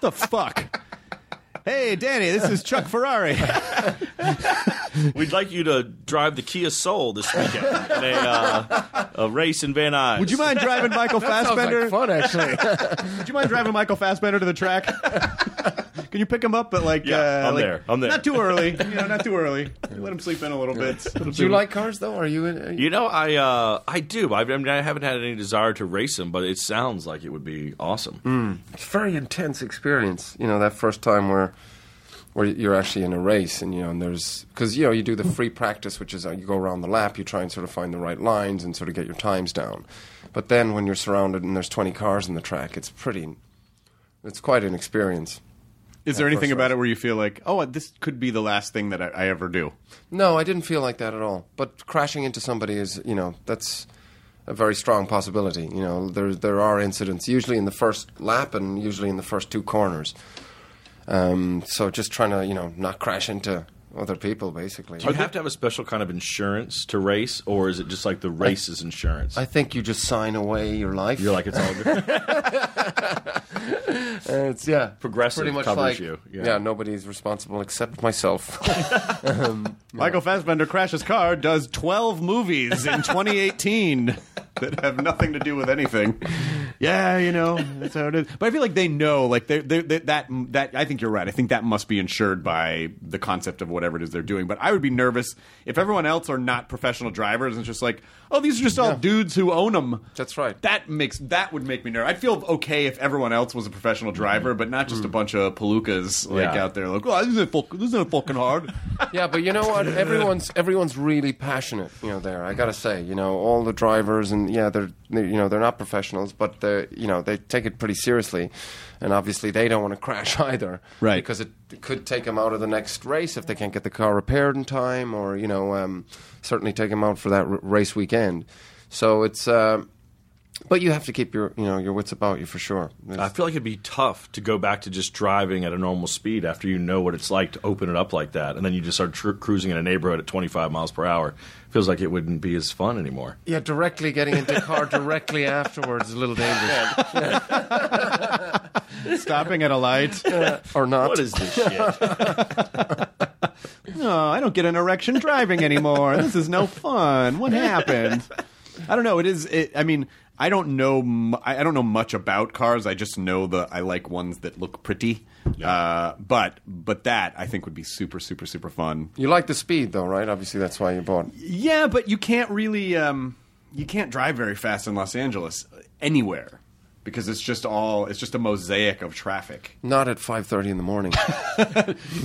the fuck? Hey, Danny, this is Chuck Ferrari. We'd like you to drive the Kia Soul this weekend in a, uh, a race in Van Nuys. Would you mind driving Michael Fassbender? fun, actually. Would you mind driving Michael Fassbender to the track? Can you pick him up at like? Yeah, uh, I'm like- there. I'm there. Not too early. You know, not too early. Let him sleep in a little bit. Do you like cars though? Are you? In, are you- You know, I uh, I do. I, I mean, I haven't had any desire to race him, but it sounds like it would be awesome. Hmm. it's a very intense experience. You know, that first time where where you're actually in a race, and you know, and there's because you know you do the free practice, which is uh, you go around the lap, you try and sort of find the right lines and sort of get your times down. But then when you're surrounded and there's 20 cars in the track, it's pretty. It's quite an experience. Is there Yeah, anything first about round. it where you feel like, oh, this could be the last thing that I, I ever do? No, I didn't feel like that at all. But crashing into somebody is, you know, that's a very strong possibility. You know, there there are incidents usually in the first lap and usually in the first two corners. Um, so just trying to, you know, not crash into other people, basically. Do you have to have a special kind of insurance to race, or is it just like the race's insurance? I think you just sign away your life. You're like it's all good. Uh, it's yeah, Progressive pretty much covers like, you, yeah. nobody's responsible except myself. Michael Fassbender crashes car, does 12 movies in 2018 that have nothing to do with anything. Yeah, you know, that's how it is. But I feel like they know, like they they they that that I think you're right. I think that must be insured by the concept of whatever it is they're doing. But I would be nervous if everyone else are not professional drivers and it's just like, oh, these are just all dudes who own them. That's right. That makes that would make me nervous. I'd feel okay if everyone else was a professional driver, but not just a bunch of palookas like Yeah. out there like, oh, this isn't fuck- this isn't fucking hard. yeah, but you know what? Everyone's everyone's really passionate. You know, there. I gotta say, you know, all the drivers and yeah, they're they, you know they're not professionals, but they you know they take it pretty seriously, and obviously they don't want to crash either, Right. Because it could take them out of the next race if they can't get the car repaired in time, or you know, um, certainly take them out for that r- race weekend. So it's. Uh, but you have to keep your, you know, your wits about you for sure. I feel like it'd be tough to go back to just driving at a normal speed after you know what it's like to open it up like that, and then you just start tr- cruising in a neighborhood at 25 miles per hour. Feels like it wouldn't be as fun anymore. Yeah, directly getting into a car directly afterwards is a little dangerous, Stopping at a light. or not. What is this Oh shit? No, I don't get an erection driving anymore. this is no fun. What happened? I don't know. It is. It, I mean, I don't know. mu- I I don't know much about cars. I just know the. I like ones that look pretty. Uh, but but that I think would be super super super fun. You like the speed, though, right? Obviously, that's why you bought. Yeah, but you can't really. Um, you can't drive very fast in Los Angeles anywhere because it's just all. It's just a mosaic of traffic. Not at five thirty in the morning.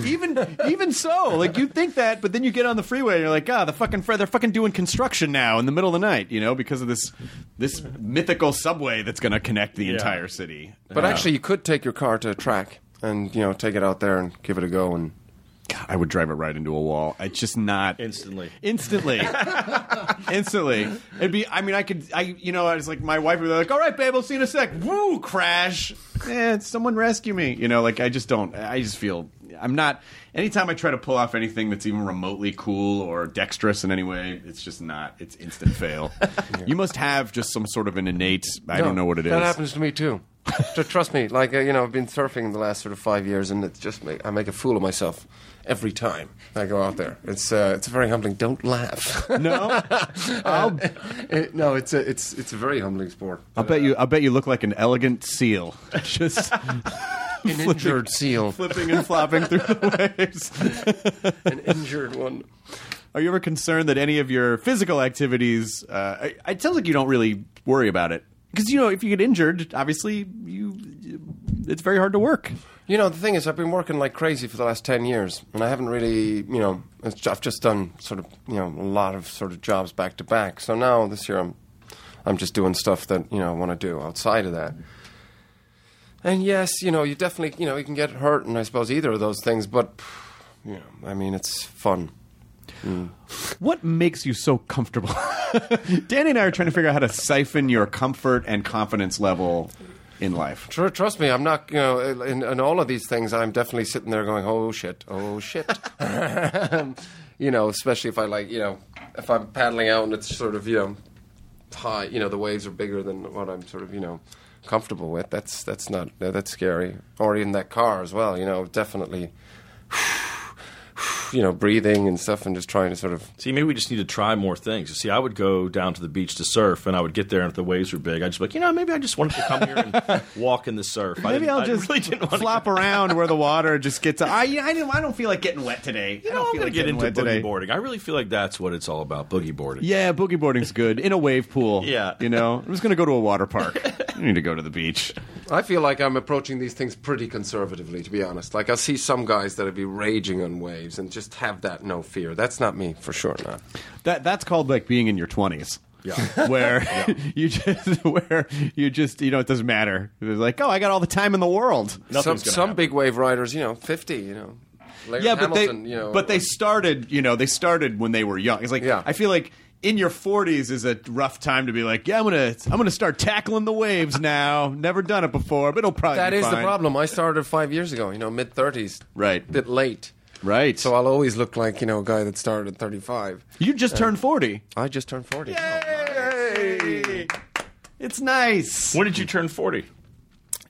even even so, like you think that, but then you get on the freeway and you're like, ah, the fucking fr- they're fucking doing construction now in the middle of the night, you know, because of this this mythical subway that's going to connect the entire city. but actually, you could take your car to a track and you know take it out there and give it a go. And God, I would drive it right into a wall. It's just not Instantly. Instantly, instantly, it'd be. I mean, I could. I you know, I was like, my wife would be like, "All right, babe, we'll see you in a sec." Woo, crash! Eh, someone rescue me. You know, like I just don't. I just feel I'm not. Anytime I try to pull off anything that's even remotely cool or dexterous in any way, it's just not. It's instant fail. You must have just some sort of an innate. I don't know what it is. That happens to me too. so trust me, like uh, you know, I've been surfing the last sort of five years, and it's just make, I make a fool of myself every time I go out there. It's uh, it's very humbling. Don't laugh. No, Uh, I'll, It- no, it's a it's it's a very humbling sport. I'll bet you. I'll bet you look like an elegant seal. Just An injured seal, flipping and flopping through the waves. an injured one. Are you ever concerned that any of your physical activities? Uh, it- it sounds like you don't really worry about it because you know if you get injured, obviously you it's very hard to work. You know, the thing is, I've been working like crazy for the last 10 years, and I haven't really, you know, it's ju- I've just done sort of, you know, a lot of sort of jobs back to back. So now this year I'm, I'm just doing stuff that, you know, I want to do outside of that. And yes, you know, you definitely, you know, you can get hurt, and I suppose either of those things, but, you know, I mean, it's fun. What makes you so comfortable? Danny and I are trying to figure out how to siphon your comfort and confidence level in life. Tr- trust me, I'm not, you know, in, in all of these things, I'm definitely sitting there going, oh shit, oh shit. Um, you know, especially if I like, you know, if I'm paddling out and it's sort of, you know, high, you know, the waves are bigger than what I'm sort of, you know, comfortable with. That's that's not that's scary. Or in that car as well, you know, definitely you know, breathing and stuff and just trying to sort of See, maybe we just need to try more things. See, I would go down to the beach to surf, and I would get there, and if the waves were big, I'd just be like, you know, maybe I just wanted to come here and walk in the surf. I Maybe didn't- I'll I just really didn't want to flop around where the water just gets. I, I, don't, I don't feel like getting wet today. You I know, don't feel I'm gonna like get getting into wet boogie today. boarding. I really feel like that's what it's all about, boogie boarding. Yeah, boogie boarding's good in a wave pool. Yeah. you know, I'm just gonna go to a water park. I need to go to the beach. I feel like I'm approaching these things pretty conservatively, to be honest. Like I see some guys that'd be raging on waves and just have that no fear. That's not me, for sure not. That that's called like being in your 20s. Yeah. where you just where you just you know it doesn't matter. It's like oh, I got all the time in the world. some Nothing's gonna some happen. big wave riders, you know, fifty, you know, Larry yeah, Hamilton, but they you know, but they started you know they started when they were young. It's like Yeah. I feel like in your 40s is a rough time to be like yeah I'm gonna I'm gonna start tackling the waves now. Never done it before, but it'll probably that be is the fine. problem. I started five years ago, you know, mid thirties, Right. bit late, Right. So I'll always look like you know a guy that started at thirty-five. You just turned 40. I just turned forty. Yay! It's nice. When did you turn 40?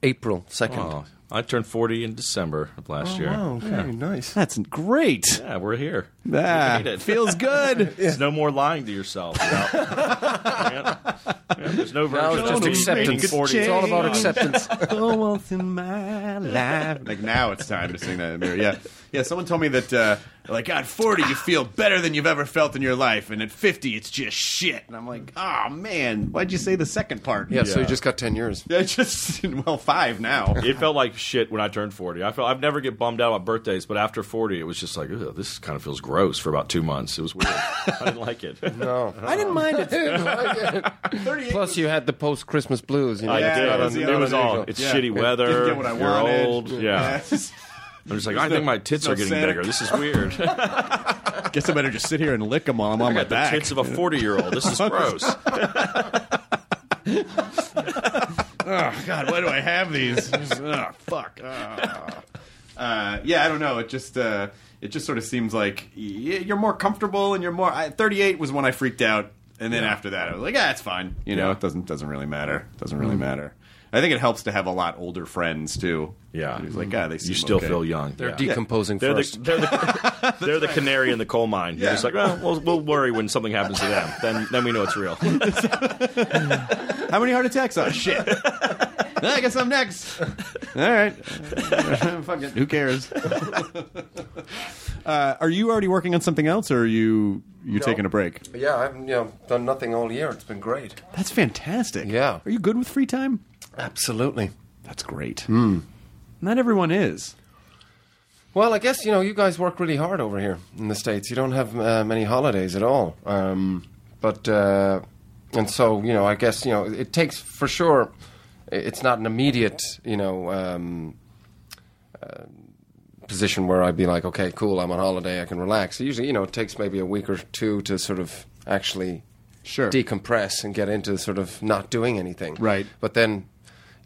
April second. Oh, I turned 40 in December of Oh, last year. okay, nice. That's great. Yeah, we're here. Ah, We made it. feels good. There's no more lying to yourself. about- yeah. Yeah, there's no Now version it's of just Don't me being acceptance. 40. It's all about change. acceptance. Go once in my life. Like now, it's time to sing that in the mirror. Yeah, yeah. Someone told me that, uh, like, at forty, you feel better than you've ever felt in your life, and at fifty, it's just shit. And I'm like, oh man, why'd you say the second part? Yeah, so you Yeah. just got ten years. Yeah, just well, five now. It felt like shit when I turned 40. I felt I've never get bummed out about birthdays, but after 40, it was just like, Ugh, this kind of feels gross for about two months. It was weird. I didn't like it. No, I didn't mind it. Thirty-eight. Plus, you had the post-Christmas blues. You know, I Yeah, it's did. not it was the it other was day. all. It's Yeah. shitty weather. Didn't get what I you're wanted. old. Yeah. I'm just like, I think my tits no are getting Santa. bigger. This is weird. Guess I better just sit here and lick them while I'm on I my got the back. tits of a 40 year old. This is gross. oh god why do i have these oh fuck Ah. Uh, yeah i don't know it just uh, it just sort of seems like y- you're more comfortable and you're more I, 38 was when i freaked out and then after that i was like ah it's fine you know it doesn't doesn't really matter doesn't Mm-hmm. really matter i think it helps to have a lot older friends too Yeah. it's like ah they seem You still okay." feel young. They're Yeah. decomposing They're first. the, they're the, they're the canary in the coal mine. Yeah. You're just like, well, well, we'll worry when something happens to them. Then, then we know it's real. how many heart attacks oh shit i guess i'm next all right fuck it who cares uh, are you already working on something else or are you you taking a break Yeah, I've you know done nothing all year. It's been great. That's fantastic. Yeah. Are you good with free time? Absolutely. That's great. Not everyone is. Well, I guess you know you guys work really hard over here in the states. You don't have uh, many holidays at all, um, but uh, and so you know I guess you know it takes for sure. i- It's not an immediate you know um, uh, position where I'd be like, okay, cool, I'm on holiday, I can relax. Usually, you know, it takes maybe a week or two to sort of actually Sure. decompress and get into sort of not doing anything. Right. But then,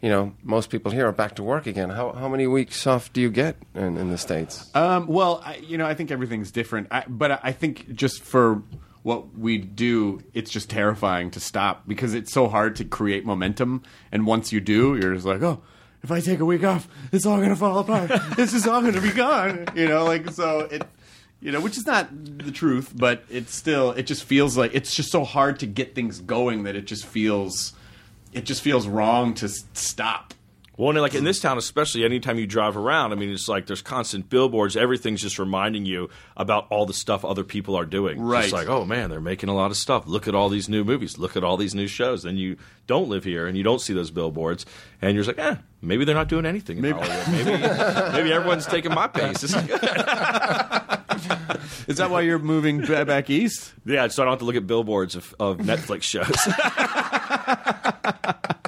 you know, most people here are back to work again. How, how many weeks off do you get in, in the States? Um, well, I, you know, I think everything's different, I, but I- I think just for what we do, it's just terrifying to stop because it's so hard to create momentum. And once you do, you're just like, oh, if I take a week off, it's all gonna fall apart. this is all gonna be gone. You know, like so it. You know, which is not the truth, but it's still it just feels like it's just so hard to get things going that it just feels it just feels wrong to s- stop. Well, and like in this town, especially, anytime you drive around, I mean, it's like there's constant billboards. Everything's just reminding you about all the stuff other people are doing. Right. It's just like, oh man, they're making a lot of stuff. Look at all these new movies. Look at all these new shows. Then you don't live here and you don't see those billboards, and you're just like, eh, maybe they're not doing anything in Hollywood. Maybe, maybe everyone's taking my pace. It's like, Is that why you're moving ba- back east? yeah, so I don't have to look at billboards of, of Netflix shows.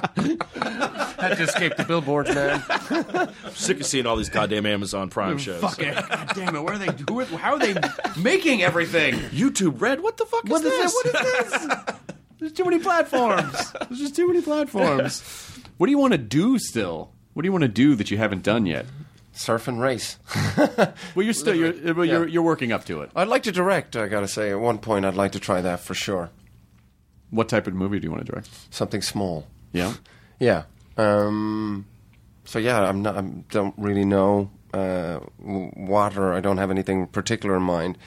Had to escape the billboards, man. Mm, Sick of seeing all these goddamn Amazon Prime shows. Fuck it. God damn it. Where are they? Who are, how are they making everything? YouTube Red, what the fuck What is is this? What is this? There's too many platforms. There's just too many platforms. What do you want to do still? What do you want to do that you haven't done yet? Surf and race. Well, you're still you're well, you're, Yeah. you're working up to it. I'd like to direct, I gotta say. At one point, I'd like to try that for sure. What type of movie do you want to direct? Something small. Yeah. Yeah. Um, so yeah, I'm not. I don't really know uh, w- what, or I don't have anything particular in mind.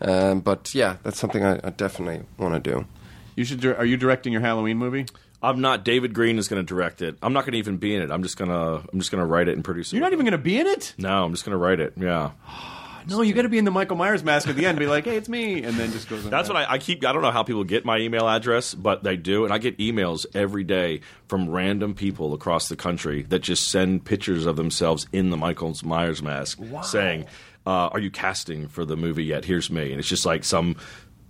Um, but yeah, that's something I, I definitely want to do. You should. dir- Are you directing your Halloween movie? I'm not. David Green is going to direct it. I'm not going to even be in it. I'm just gonna. I'm just gonna write it and produce it. You're not even going to be in it. No, I'm just gonna write it. Yeah, No, you got to be in the Michael Myers mask at the end. and Be like, hey, it's me, and then just goes. On that's what I, I keep. I don't know how people get my email address, but they do, and I get emails every day from random people across the country that just send pictures of themselves in the Michael Myers mask, saying, uh, "Are you casting for the movie yet? Here's me," and it's just like some.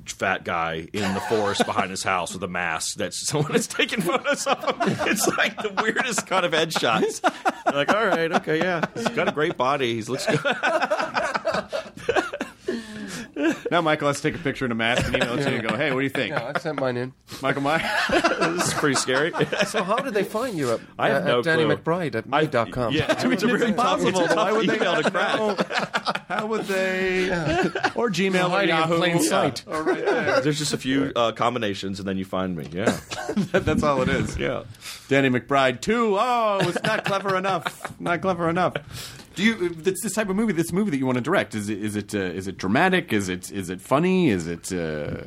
Fat guy in the forest behind his house with a mask that someone has taken photos of him. It's like the weirdest kind of headshots. You're like, all right, okay, yeah, he's got a great body. He looks good. Now Michael has to take a picture in a mask and email it to you and go, hey, what do you think, Yeah, I've sent mine in. Michael Myers? this is pretty scary. So how did they find you at, uh, I have at no Danny clue. McBride at I- me.com? Yeah, it's, it's a It's very tough, it's impossible. a Why tough would they email to crack. know? How would they? Or Gmail or Hiding in Yahoo? plain sight. Or right there. There's just a few uh, combinations, and then you find me. Yeah, That's all it is. yeah. Danny McBride too. Oh, it's not clever enough. Not clever enough. Do you? That's this type of movie. This movie that you want to direct. Is it? Is it? Uh, is it dramatic? Is it? Is it funny? Is it? Uh,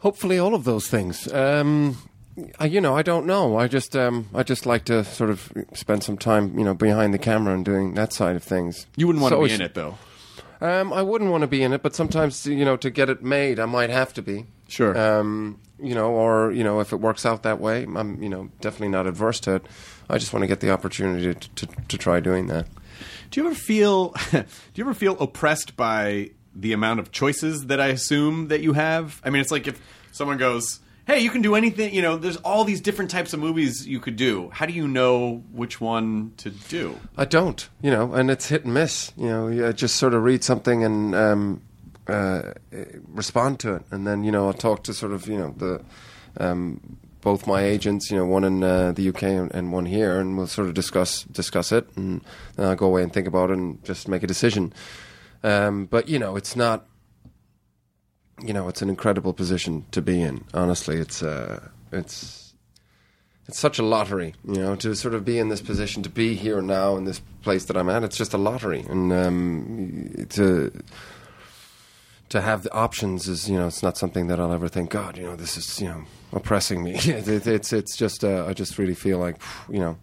Hopefully, all of those things. Um, I, you know, I don't know. I just, um, I just like to sort of spend some time, you know, behind the camera and doing that side of things. you wouldn't want So to be it's- in it though. Um, I wouldn't want to be in it, but sometimes you know to get it made, I might have to be. Sure. Um, you know, or you know, if it works out that way, I'm you know definitely not adverse to it. I just want to get the opportunity to, to, to try doing that. Do you ever feel? do you ever feel oppressed by the amount of choices that I assume that you have? I mean, it's like if someone goes. Hey, you can do anything. You know, there's all these different types of movies you could do. How do you know which one to do? I don't, you know, and it's hit and miss. You know, you- I just sort of read something and um, uh, respond to it, and then you know I'll talk to sort of you know the um, both my agents, you know, one in uh, the UK and, and one here, and we'll sort of discuss discuss it, and then I'll go away and think about it and just make a decision. Um, but you know, it's not. You know, it's an incredible position to be in. Honestly, it's uh, it's it's such a lottery, you know, to sort of be in this position, to be here now in this place that I'm at. It's just a lottery, and um, to to have the options is, you know, it's not something that I'll ever think. God, you know, this is, you know, oppressing me. It- it- it's it's just, uh, I just really feel like, you know,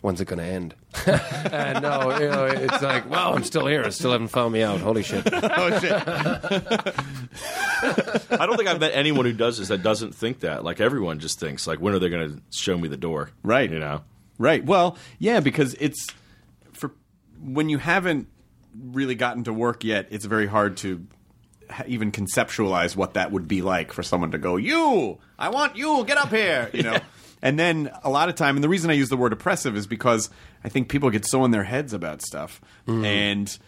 when's it going to end? and no, you know, it's like, wow, I'm still here. I still haven't found me out. Holy shit! Oh shit! I don't think I've met anyone who does this that doesn't think that. Like everyone just thinks, like, when are they going to show me the door? Right. You know. Right. Well, yeah, because it's for when you haven't really gotten to work yet, it's very hard to ha- even conceptualize what that would be like for someone to go, "You, I want you, get up here," you know. And then a lot of time, and the reason I use the word oppressive is because I think people get so in their heads about stuff, Mm-hmm. and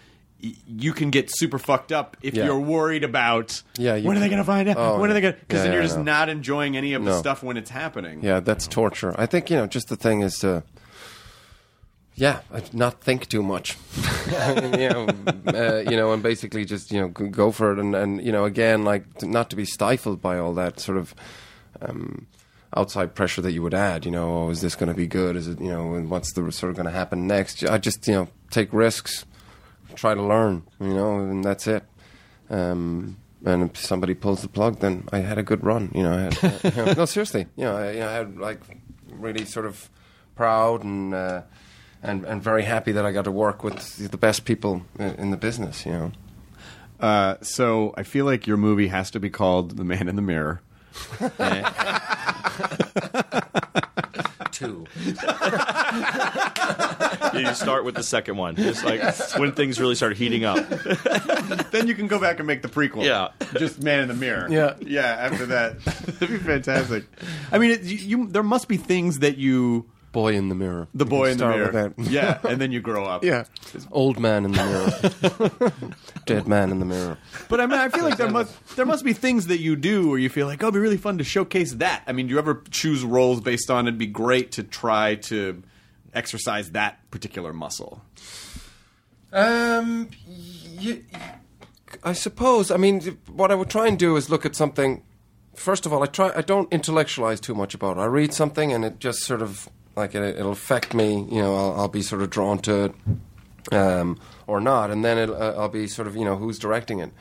y- you can get super fucked up if Yeah. you're worried about Yeah, you when are they can- going to find out? Oh, when are yeah. they going? to Because Yeah, then yeah, you're I just know. not enjoying any of the No. stuff when it's happening. Yeah, that's torture. I think you know, just the thing is to, yeah, I- not think too much. you know, uh, you know, and basically just you know g- go for it, and and you know, again, like t- not to be stifled by all that sort of. Um, outside pressure that you would add you know oh, is this going to be good is it you know and what's the sort of going to happen next i just you know take risks try to learn you know and that's it um, and if somebody pulls the plug, then uh, I had a good run. You know, I had, you know no, seriously, you know, I, you know, I had like really sort of proud and uh, and and very happy that I got to work with the best people i- in the business. You know. Uh, so I feel like your movie has to be called The Man in the Mirror. Two. You start with the second one. It's like when things really start heating up. then you can go back and make the prequel. Yeah. just Man in the Mirror. Yeah. yeah. After that, that'd be fantastic. I mean, it, you, you there must be things that you Boy in the mirror. the We boy can in the start mirror. with that. Yeah, and then you grow up. Yeah. Old man in the mirror. Dead man in the mirror. But I mean, I feel like there must there must be things that you do where you feel like, oh, it'd be really fun to showcase that. I mean, do you ever choose roles based on it'd be great to try to exercise that particular muscle? Um, y- y- I suppose. I mean, th- what I would try and do is look at something. First of all, I try. I don't intellectualize too much about it. I read something, and it just sort of like it, it'll affect me. You know, I'll, I'll be sort of drawn to it, um, or not, and then it'll, uh, I'll be sort of you know who's directing it,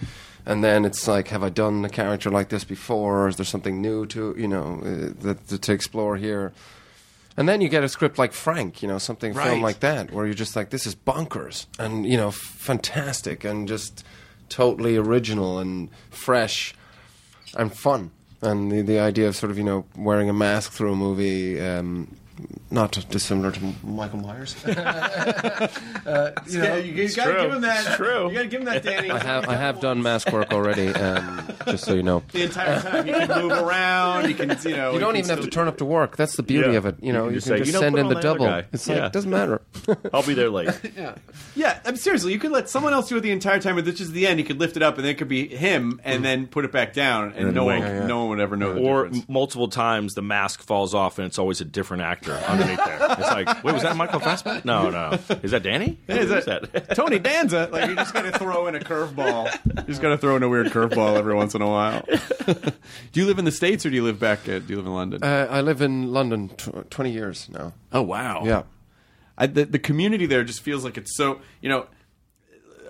and then it's like, have I done a character like this before? Or is there something new to you know uh, that, that to explore here? And then you get a script like Frank, you know, something Right. film like that, where you're just like, this is bonkers and, you know, f- fantastic and just totally original and fresh and fun. And the, the idea of sort of, you know, wearing a mask through a movie, um, not dissimilar to Michael Myers. Uh, Yeah, you, gotta true. give him that. It's true. You gotta give him that, Danny. I have, I have done mask work already, um, just so you know. the entire time you can move around. You can, you know, You don't can even have still- to turn up to work. That's the beauty Yeah. of it. You know, you can just, say, "You know, send put in on the that other double. guy. It's like, Yeah. it doesn't matter. I'll be there late. Yeah, I'm seriously. You could let someone else do it the entire time, or this is the end. You could lift it up, and then it could be him, and then put it back down, Mm. and no one, wink. no one would ever know. The Or difference. m- multiple times the mask falls off and it's always a different actor underneath there. It's like, wait, was that Michael Fassbender? No, no. Is that Danny? Is Who's that- Tony Danza? Like you just gotta throw in a curveball. You just gotta throw in a weird curveball every once in a while. do you live in the states, or do you live back? At, do you live in London? Uh, I live in London tw- 20 years now. oh wow! Yeah. I, the, the community there just feels like it's so you know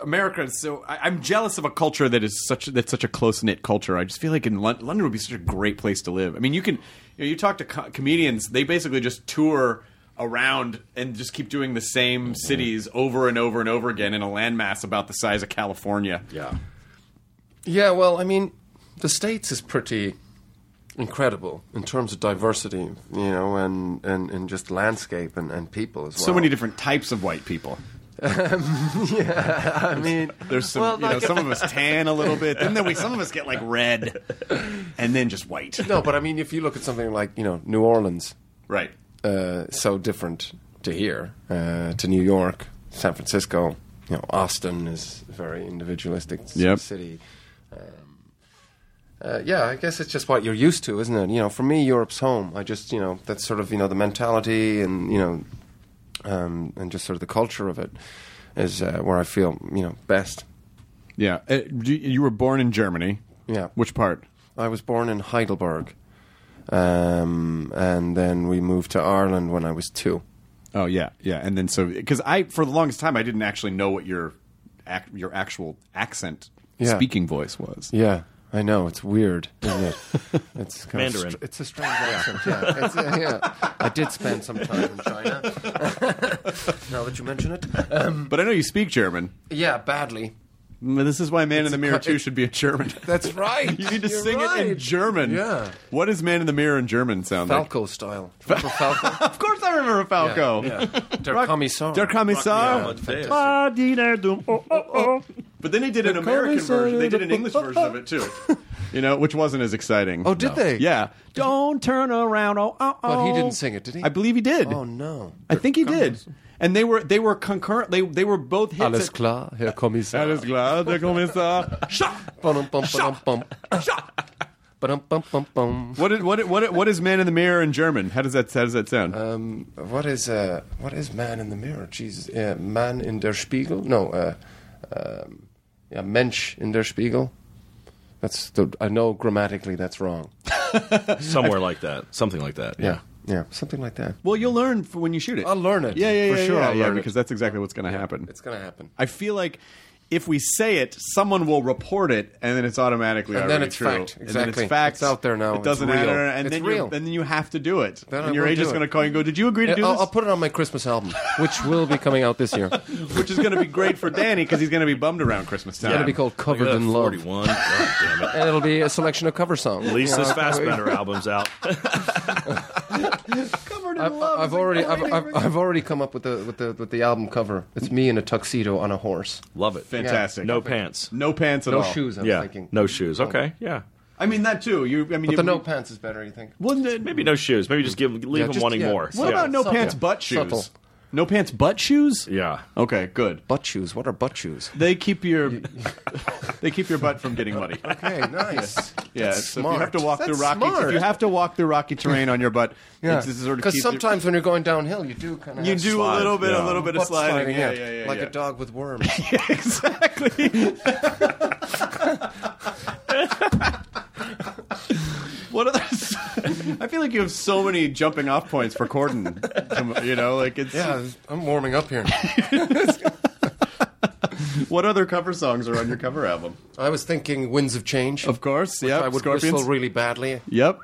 America is so I, I'm jealous of a culture that is such that's such a close knit culture. I just feel like in London, London would be such a great place to live. I mean, you can you, know, you talk to co- comedians, they basically just tour around and just keep doing the same Mm-hmm. cities over and over and over again in a landmass about the size of California. Yeah. Yeah, well, I mean, the States is pretty incredible in terms of diversity, you know, and, and, and just landscape and, and people as well. So many different types of white people. I mean, There's some, you know, some of us tan a little bit, and then we some of us get like red, and then just white. no, but I mean, if you look at something like, you know, New Orleans, Right. uh, so different to here, uh, to New York, San Francisco. You know, Austin is a very individualistic s- Yep. city. Um, uh, yeah, I guess it's just what you're used to, isn't it? You know, for me, Europe's home. I just, you know, that's sort of you know the mentality and you know, um, and just sort of the culture of it is uh, where I feel you know best. Yeah, Uh, do- you were born in Germany. Yeah. which part? I was born in Heidelberg, um, and then we moved to Ireland when I was two. Oh yeah, yeah, and then so because I for the longest time I didn't actually know what your ac- your actual accent Yeah. speaking voice was. Yeah, I know. It's weird, isn't it? It's kind of Mandarin. str- it's a strange accent. Yeah. It's, uh, yeah. I did spend some time in China. now that you mention it, um, But I know you speak German. yeah, badly. Mm, This is why Man in the Mirror cut- Two should be a German. That's right. you need to You're sing it in right. German. Yeah. What does Man in the Mirror in German sound like? Falco style. Remember Falco? Of course, I remember Falco. Yeah. Der Rock- Kommissar. Der Yeah, Kommissar. it's fantastic. But then they did an American version. They did an English version of it too. You know, which wasn't as exciting. Oh, did they? Yeah. Don't turn around. Oh, oh, oh. But he didn't sing it, did he? I believe he did. Oh no. I think he did. And they were they were concurrent. They they were both hits. Alles at- klar, Herr Kommissar. Alles klar, der Kommissar. Shut. Bum, bum, bum, bum, bum. Ba-dum, bum, bum, bum. What is, what is- what is- what is man in the mirror in German? How does that how does that sound? Um, what is uh, what is man in the mirror? Jesus, yeah, man in der Spiegel? No, uh, um, yeah, Mensch in der Spiegel. That's the, I know grammatically that's wrong. Somewhere like that. Something like that. Yeah, yeah, something like that. well, you'll learn for when you shoot it. I'll learn it. Yeah, yeah, yeah, for sure. yeah, I'll yeah, learn because it. that's exactly what's going to happen. It's gonna happen. I feel like if we say it, someone will report it, and then it's automatically And then already it's true. fact. And then Exactly. it's fact. It's out there now. It It's doesn't real. matter, and It's then you real. then you have to do it. Then I and your will do agent's it. going to call you and go, "Did you agree to do Uh, I'll, this?" I'll put it on my Christmas album, which will be coming out this year. It's Which is going to be great for Danny because he's going to be bummed around Christmas time. going to be called Covered Look at in that, Love. 41. uh, God damn it. And it'll be a selection of cover songs. At least this Fassbender album's out. covered in I've, love. I've is a already, great I've, I've, image. I've already come up with the with the with the album cover. It's me in a tuxedo on a horse, Love it. Fantastic. No pants. No pants at no all. shoes. I was yeah. thinking, No shoes. Okay. Yeah. I mean that too. You. I mean, but you, the no pants is better. You think? Well, n- Maybe no shoes. Maybe just give leave Yeah, them just- wanting yeah. more. What yeah. about no Subtle. pants butt shoes? Subtle. No pants butt shoes? Yeah. Okay, good. Butt shoes. What are butt shoes? They keep your they keep your butt from getting muddy. Okay, nice. Yeah, That's so smart. if you have to walk That's through rocky, smart. if you have to walk through rocky terrain on your butt, Yeah, it's, it's sort of because keeps your- sometimes when you're going downhill, you do kind of you do a slide, little bit, yeah. a little bit of sliding, yeah, out, yeah, yeah, like yeah. a dog with worms. exactly. what other? I feel like you have so many jumping off points for Corden. You know, like it's yeah, I'm warming up here. what other cover songs are on your cover album? I was thinking Winds of Change. Of course, yeah. I would Scorpions. whistle really badly. Yep.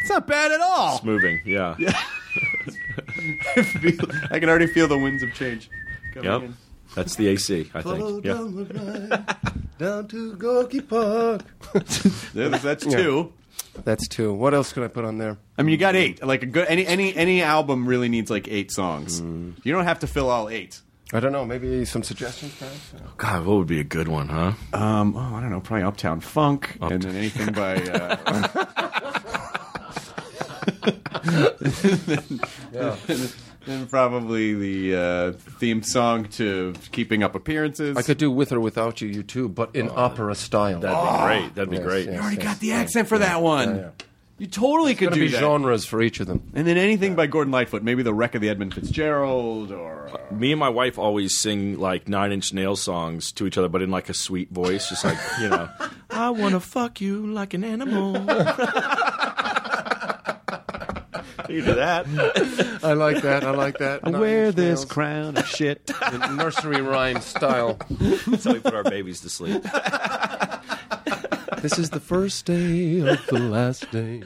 It's not bad at all. Moving. Yeah. I can already feel the winds of change. coming Yep. in. That's the AC. I think. Yeah. Down to Gorky Park. There- That's two. That's two. What else could I put on there? I mean, you got eight. Like a good any any any album really needs like eight songs. You don't have to fill all eight. I don't know. Maybe some suggestions, perhaps. God, what would be a good one, huh? Um, oh, I don't know, probably Uptown Funk, and then anything by. Uh, then, then probably the uh, theme song to Keeping Up Appearances. I could do with or without you, you too, but in opera style. That'd be great. That'd be Ah. Yes, great. yes, You already yes, got the yes. accent for that one. yeah. You totally could There'd do be that. genres for each of them. And then anything by Gordon Lightfoot, maybe the wreck of the Edmund Fitzgerald, or Me and my wife always sing like Nine Inch Nail songs to each other, but in like a sweet voice, just like you know, I want to fuck you like an animal. you do that. I like that. I like that. Nine Inch Nails. crown of shit. In nursery rhyme style. That's how we put our babies to sleep. Oh, This is the first day of the last day.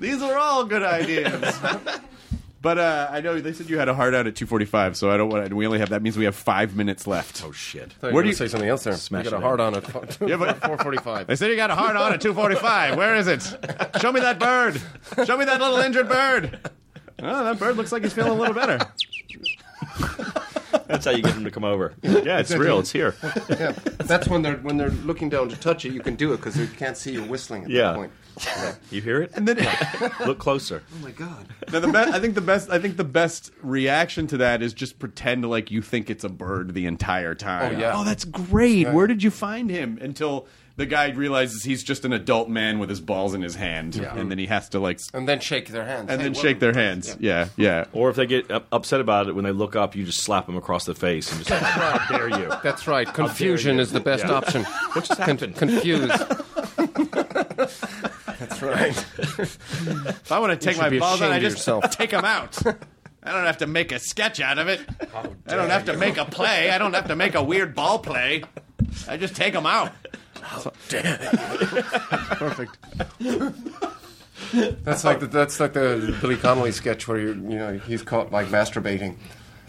These are all good ideas. but uh, I know they said you had a hard out at two forty-five, so I don't want. to We only have that means we have five minutes left. Oh shit! Where Where do do you- say something else there? Smash you got it a hard in. on at Yeah, but- 4:45. They said you got a hard on at two forty-five. Where is it? Show me that bird. Show me that little injured bird. Oh, that bird looks like he's feeling a little better. That's how you get them to come over. Yeah, it's real. It's here. yeah, that's when they're when they're looking down to touch it. You can do it because they can't see you whistling at Yeah. that point. You hear it? And then. Look closer. Oh my god! Now, the best, I think the best. I think the best reaction to that is just pretend like you think it's a bird the entire time. Oh, yeah. that's great. Where did you find him? Until the guy realizes he's just an adult man with his balls in his hand, and then he has to like, s- And then shake their hands. and Hey, then what- shake their hands. Yeah, yeah. Or if they get up- upset about it when they look up, you just slap them across the face and just like, how dare you? That's right. Confusion you. is the best Yeah. option. What just happened? Confused. that's right. If I want to take should my be balls out, I ashamed of just yourself. take them out. I don't have to make a sketch out of it. Oh, I don't have to make a play. I don't have to make a weird ball play. I just take them out. Perfect. That's like the, that's like the Billy Connolly sketch where you you know he's caught like masturbating,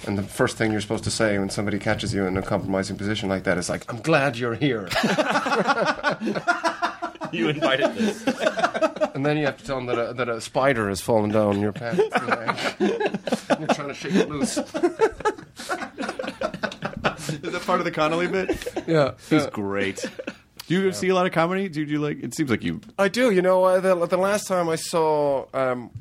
and the first thing you're supposed to say when somebody catches you in a compromising position like that is like, "I'm glad you're here," You invited this. and then you have to tell them that a, that a spider has fallen down your pants. You know, and you're trying to shake it loose. Is that part of the Connolly bit? Yeah, He's great. Do you see a lot of comedy? Do you, do you like? It seems like you. I do. You know, uh, the, the last time I saw um,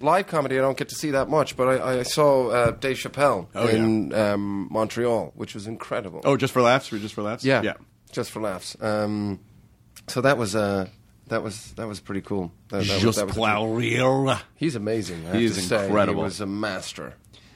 live comedy, I don't get to see that much, but I, I saw uh, Dave Chappelle Oh, in um, Montreal, which was incredible. Oh, just for laughs? Or just for laughs? yeah, yeah. just for laughs. Um, so that was uh, that was that was pretty cool. That, that was- that was a- real. He's amazing. I have He is to say. incredible. He was a master.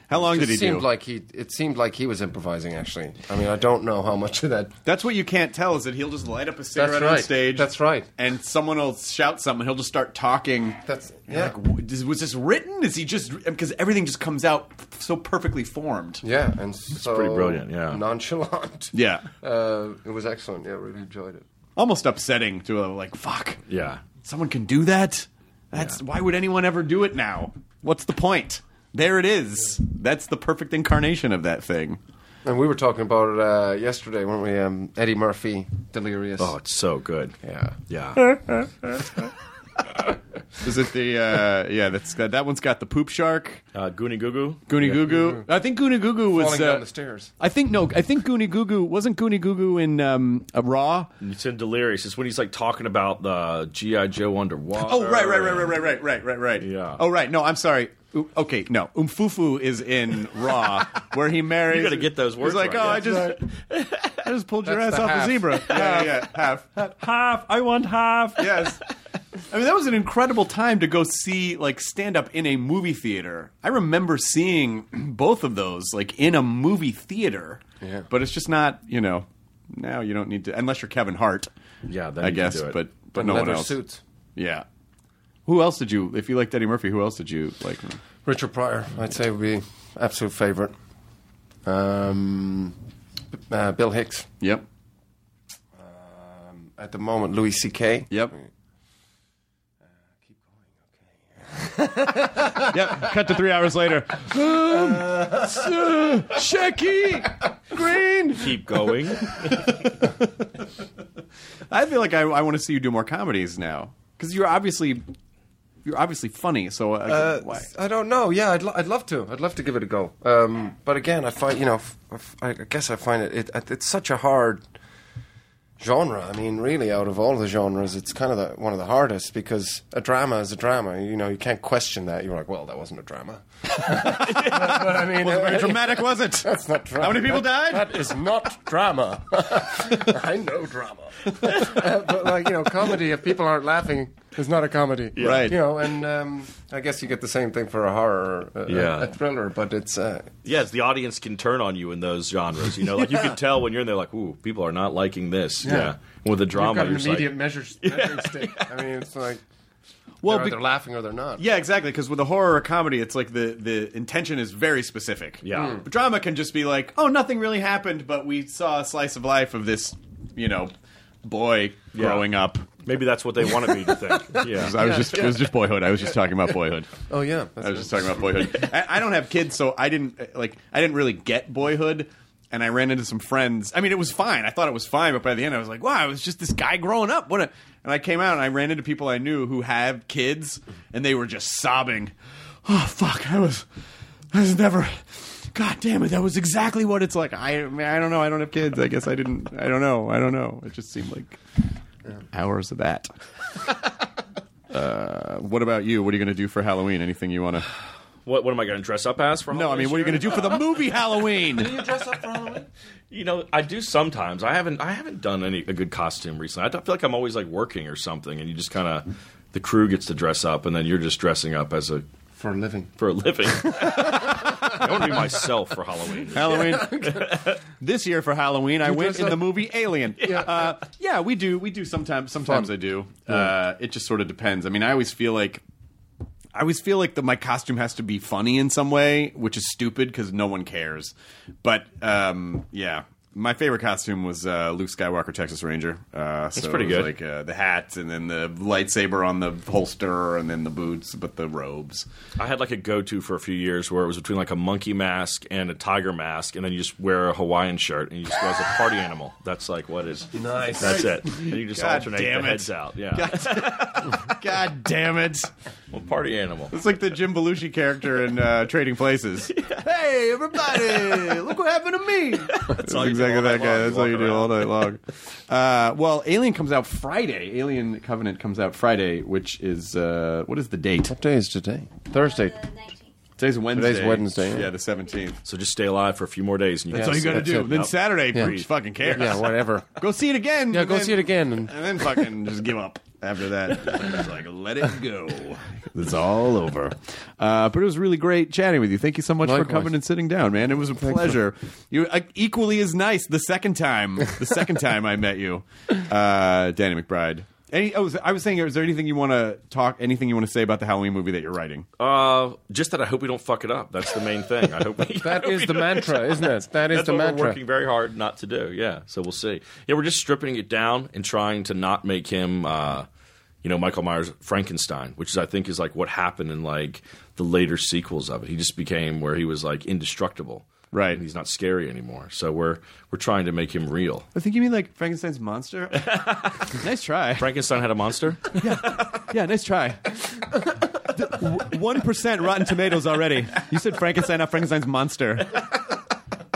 How long did he it seemed do? like he it seemed like he was improvising actually. I mean, I don't know how much of that That's what you can't tell is that he'll just light up a cigarette on right. stage. That's right. And someone will shout something. He'll just start talking. That's- You're yeah. Like, "W- is- was this written? Is he just because everything just comes out so perfectly formed? yeah, and so pretty brilliant, yeah. nonchalant. Yeah. uh, it was excellent. Yeah, really enjoyed it. Almost upsetting to uh, like fuck. Yeah. Someone can do that. That's why would anyone ever do it now? What's the point? There it is. That's the perfect incarnation of that thing. And we were talking about it uh, yesterday, weren't we? Um, Eddie Murphy, Delirious. Oh, it's so good. yeah. Yeah. Is it the uh, yeah? That's that one's got the poop shark. Uh, Goonie Goo Goo. Goonie Goo Goo. I think Goonie Goo Goo was Falling uh, down the stairs. I think no. I think Goonie Goo Goo wasn't Goonie Goo Goo in um, a Raw. It's in Delirious. It's when he's like talking about the GI Joe underwater. Oh right, right, right, right, right, right, right, right, right. Yeah. Oh right. No, I'm sorry. O- Okay, no. Umfufu is in Raw, where he marries. You gotta get those words He's like, right. oh, I That's just, I just pulled your That's ass the off half. a zebra. Yeah, yeah, half, half. I want half. Yes. I mean, that was an incredible time to go see like stand up in a movie theater. I remember seeing both of those like in a movie theater. Yeah. But it's just not, you know. Now you don't need to, unless you're Kevin Hart. Yeah, then I you can guess, do it. but but And no one leather else. suits. Yeah. Who else did you? If you liked Eddie Murphy, who else did you like? Richard Pryor, I'd say, would be absolute favorite. Um, uh, Bill Hicks. Yep. Um, at the moment, Louis C.K. Yep. Uh, yep. Cut to three hours later. Um, uh, Shecky Green. Keep going. I feel like I, I want to see you do more comedies now because you're obviously you're obviously funny. So uh, why? I don't know. Yeah, I'd, lo- I'd love to. I'd love to give it a go. Um, but again, I find you know, f- f- I guess I find it, it. It's such a hard genre. I mean, really, out of all the genres, it's kind of the, one of the hardest because a drama is a drama. You know, you can't question that. You're like, well, that wasn't a drama. but I mean, uh, Wasn't very dramatic, was it? That's not drama. How many people That- died? That is not drama. I know drama. Uh, but like you know, comedy. If people aren't laughing, it's not a comedy, Right. You know, and um, I guess you get the same thing for a horror, or a, Yeah. a thriller. But it's uh, yes, the audience can turn on you in those genres. You know, like you can tell when you're in there, like, ooh, people are not liking this. Yeah. With the you've drama, got an you're just like- immediate measure, measuring stick. I mean, it's like Well, they're be- either laughing or they're not. Yeah, exactly. Because with a horror or comedy, it's like the the intention is very specific. Yeah. Mm. But drama can just be like, oh, nothing really happened, but we saw a slice of life of this, you know, boy Yeah. growing up. maybe that's what they wanted me to think. Yeah. I was just it was just boyhood. I was just talking about boyhood. Oh yeah. That's I was just talking about boyhood. I, I don't have kids, so I didn't like. I didn't really get boyhood, and I ran into some friends. I mean, it was fine. I thought it was fine, but by the end, I was like, "Wow, it was just this guy growing up." What? A, and I came out and I ran into people I knew who have kids, and they were just sobbing. Oh fuck! I was, I was never. God damn it! That was exactly what it's like. I, I, mean, I don't know. I don't have kids. I guess I didn't. I don't know. I don't know. It just seemed like hours of that. uh, what about you? What are you going to do for Halloween? Anything you want to? What, what am I going to dress up as for? No, I mean, what are you going to do for the movie Halloween? you dress up for Halloween? You know, I do sometimes. I haven't. I haven't done any a good costume recently. I don't- feel like I'm always like working or something, and you just kind of the crew gets to dress up, and then you're just dressing up as a For a living. for a living. I want to be myself for Halloween. Halloween. this year for Halloween, I went dress in up? the movie Alien. Yeah, uh, yeah we do. We do sometimes. Sometimes I do. Uh, it just sort of depends. I mean, I always feel like. I always feel like the, my costume has to be funny in some way, which is stupid because no one cares. But um, yeah, my favorite costume was uh, Luke Skywalker, Texas Ranger. Uh, so pretty it was good. Like uh, the hat, and then the lightsaber on the holster, and then the boots, but the robes. I had like a go-to for a few years where it was between like a monkey mask and a tiger mask, and then you just wear a Hawaiian shirt and you just go as a party animal. That's like what is nice. That's it. And you just God alternate damn the it. heads out. Yeah, God, God damn it! well, party animal. It's like the Jim Belushi character in uh, Trading Places. Hey, everybody! Look what happened to me. That's all you do exactly all that night guy. long. That's You all you walk do around. all night long. Uh, well, Alien comes out Friday. Alien Covenant comes out Friday, which is uh, what is the date? What day is today? Thursday. Today's Wednesday. Today's Wednesday, yeah. Yeah, the seventeenth. So just stay alive for a few more days, and you That's all Yes, you got to that's do. it. Then Yep. Saturday, Yeah. who fucking cares? Yeah, whatever. Go see it again. Yeah, and go then- see it again and and then fucking just give up. after that. It's like, let it go. it's all over. Uh, but it was really great chatting with you. Thank you so much for Likewise. coming and sitting down, man. It was a pleasure. You uh, equally as nice the second time. The second time I met you, uh, Danny McBride. Any, oh, I was saying, is there anything you want to talk? Anything you want to say about the Halloween movie that you're writing? Uh, just that I hope we don't fuck it up. That's the main thing. I hope we, That I hope is we the don't- mantra, isn't it? That is That's the what mantra. we're working very hard not to do. Yeah, so we'll see. Yeah, we're just stripping it down and trying to not make him, uh, you know, Michael Myers Frankenstein, which is I think is like what happened in like the later sequels of it. He just became where he was like indestructible, Right. And he's not scary anymore. So we're we're trying to make him real. I think you mean like Frankenstein's monster. nice try. Frankenstein had a monster. Yeah, nice try. One percent Rotten Tomatoes already. You said Frankenstein, not Frankenstein's monster.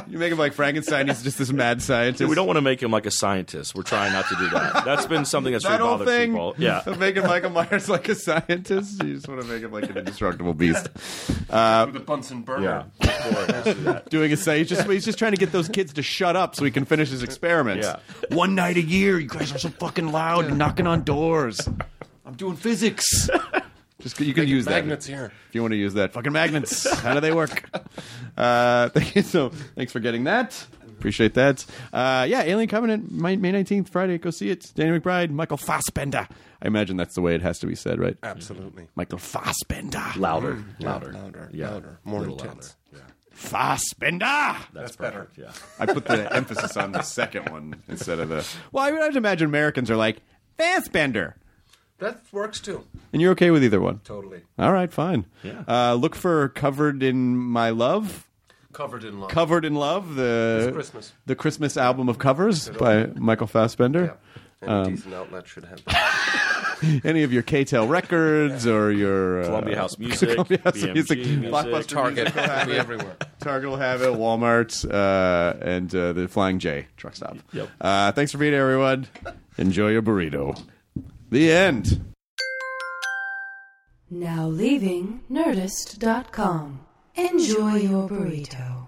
You make him like Frankenstein. He's just this mad scientist. we don't want to make him like a scientist. We're trying not to do that. That's been something that's that really whole bothered thing people. Yeah. of making Michael Myers like a scientist. You just want to make him like an indestructible beast. Uh, With a Bunsen Yeah. burner. doing a science, he's just he's just trying to get those kids to shut up so he can finish his experiments. Yeah. One night a year, you guys are so fucking loud, knocking on doors. I'm doing physics. Just you can use that. Magnets here. if you want to use that. Fucking magnets. How do they work? Uh, thank you so. Thanks for getting that. Appreciate that. Uh, yeah, Alien Covenant, May May nineteenth, Friday. Go see it. Danny McBride, Michael Fassbender. I imagine that's the way it has to be said, right? Absolutely. Michael Fassbender. Louder, louder, Louder. Yeah. Louder. More Little intense. louder. Yeah. Fassbender. That's, better. perfect, Yeah. I put the emphasis on the second one instead of the. Well, I would have to imagine Americans are like Fassbender, That works too. and you're okay with either one. Totally. All right, fine. Yeah. Uh, look for "Covered in My Love." Covered in love. Covered in Love, the It's Christmas. the Christmas album of covers by Michael Fassbender. Any Um, decent outlet should have that. Any of your KTEL records or your uh, Columbia House Music, Columbia House BMG Music, Music. Blockbuster Music Target. will have Be it. everywhere. Target will have it. Walmart uh, and uh, the Flying J truck stop. Yep. Uh, thanks for being here, everyone. Enjoy your burrito. The end. Now leaving Nerdist.com. Enjoy your burrito.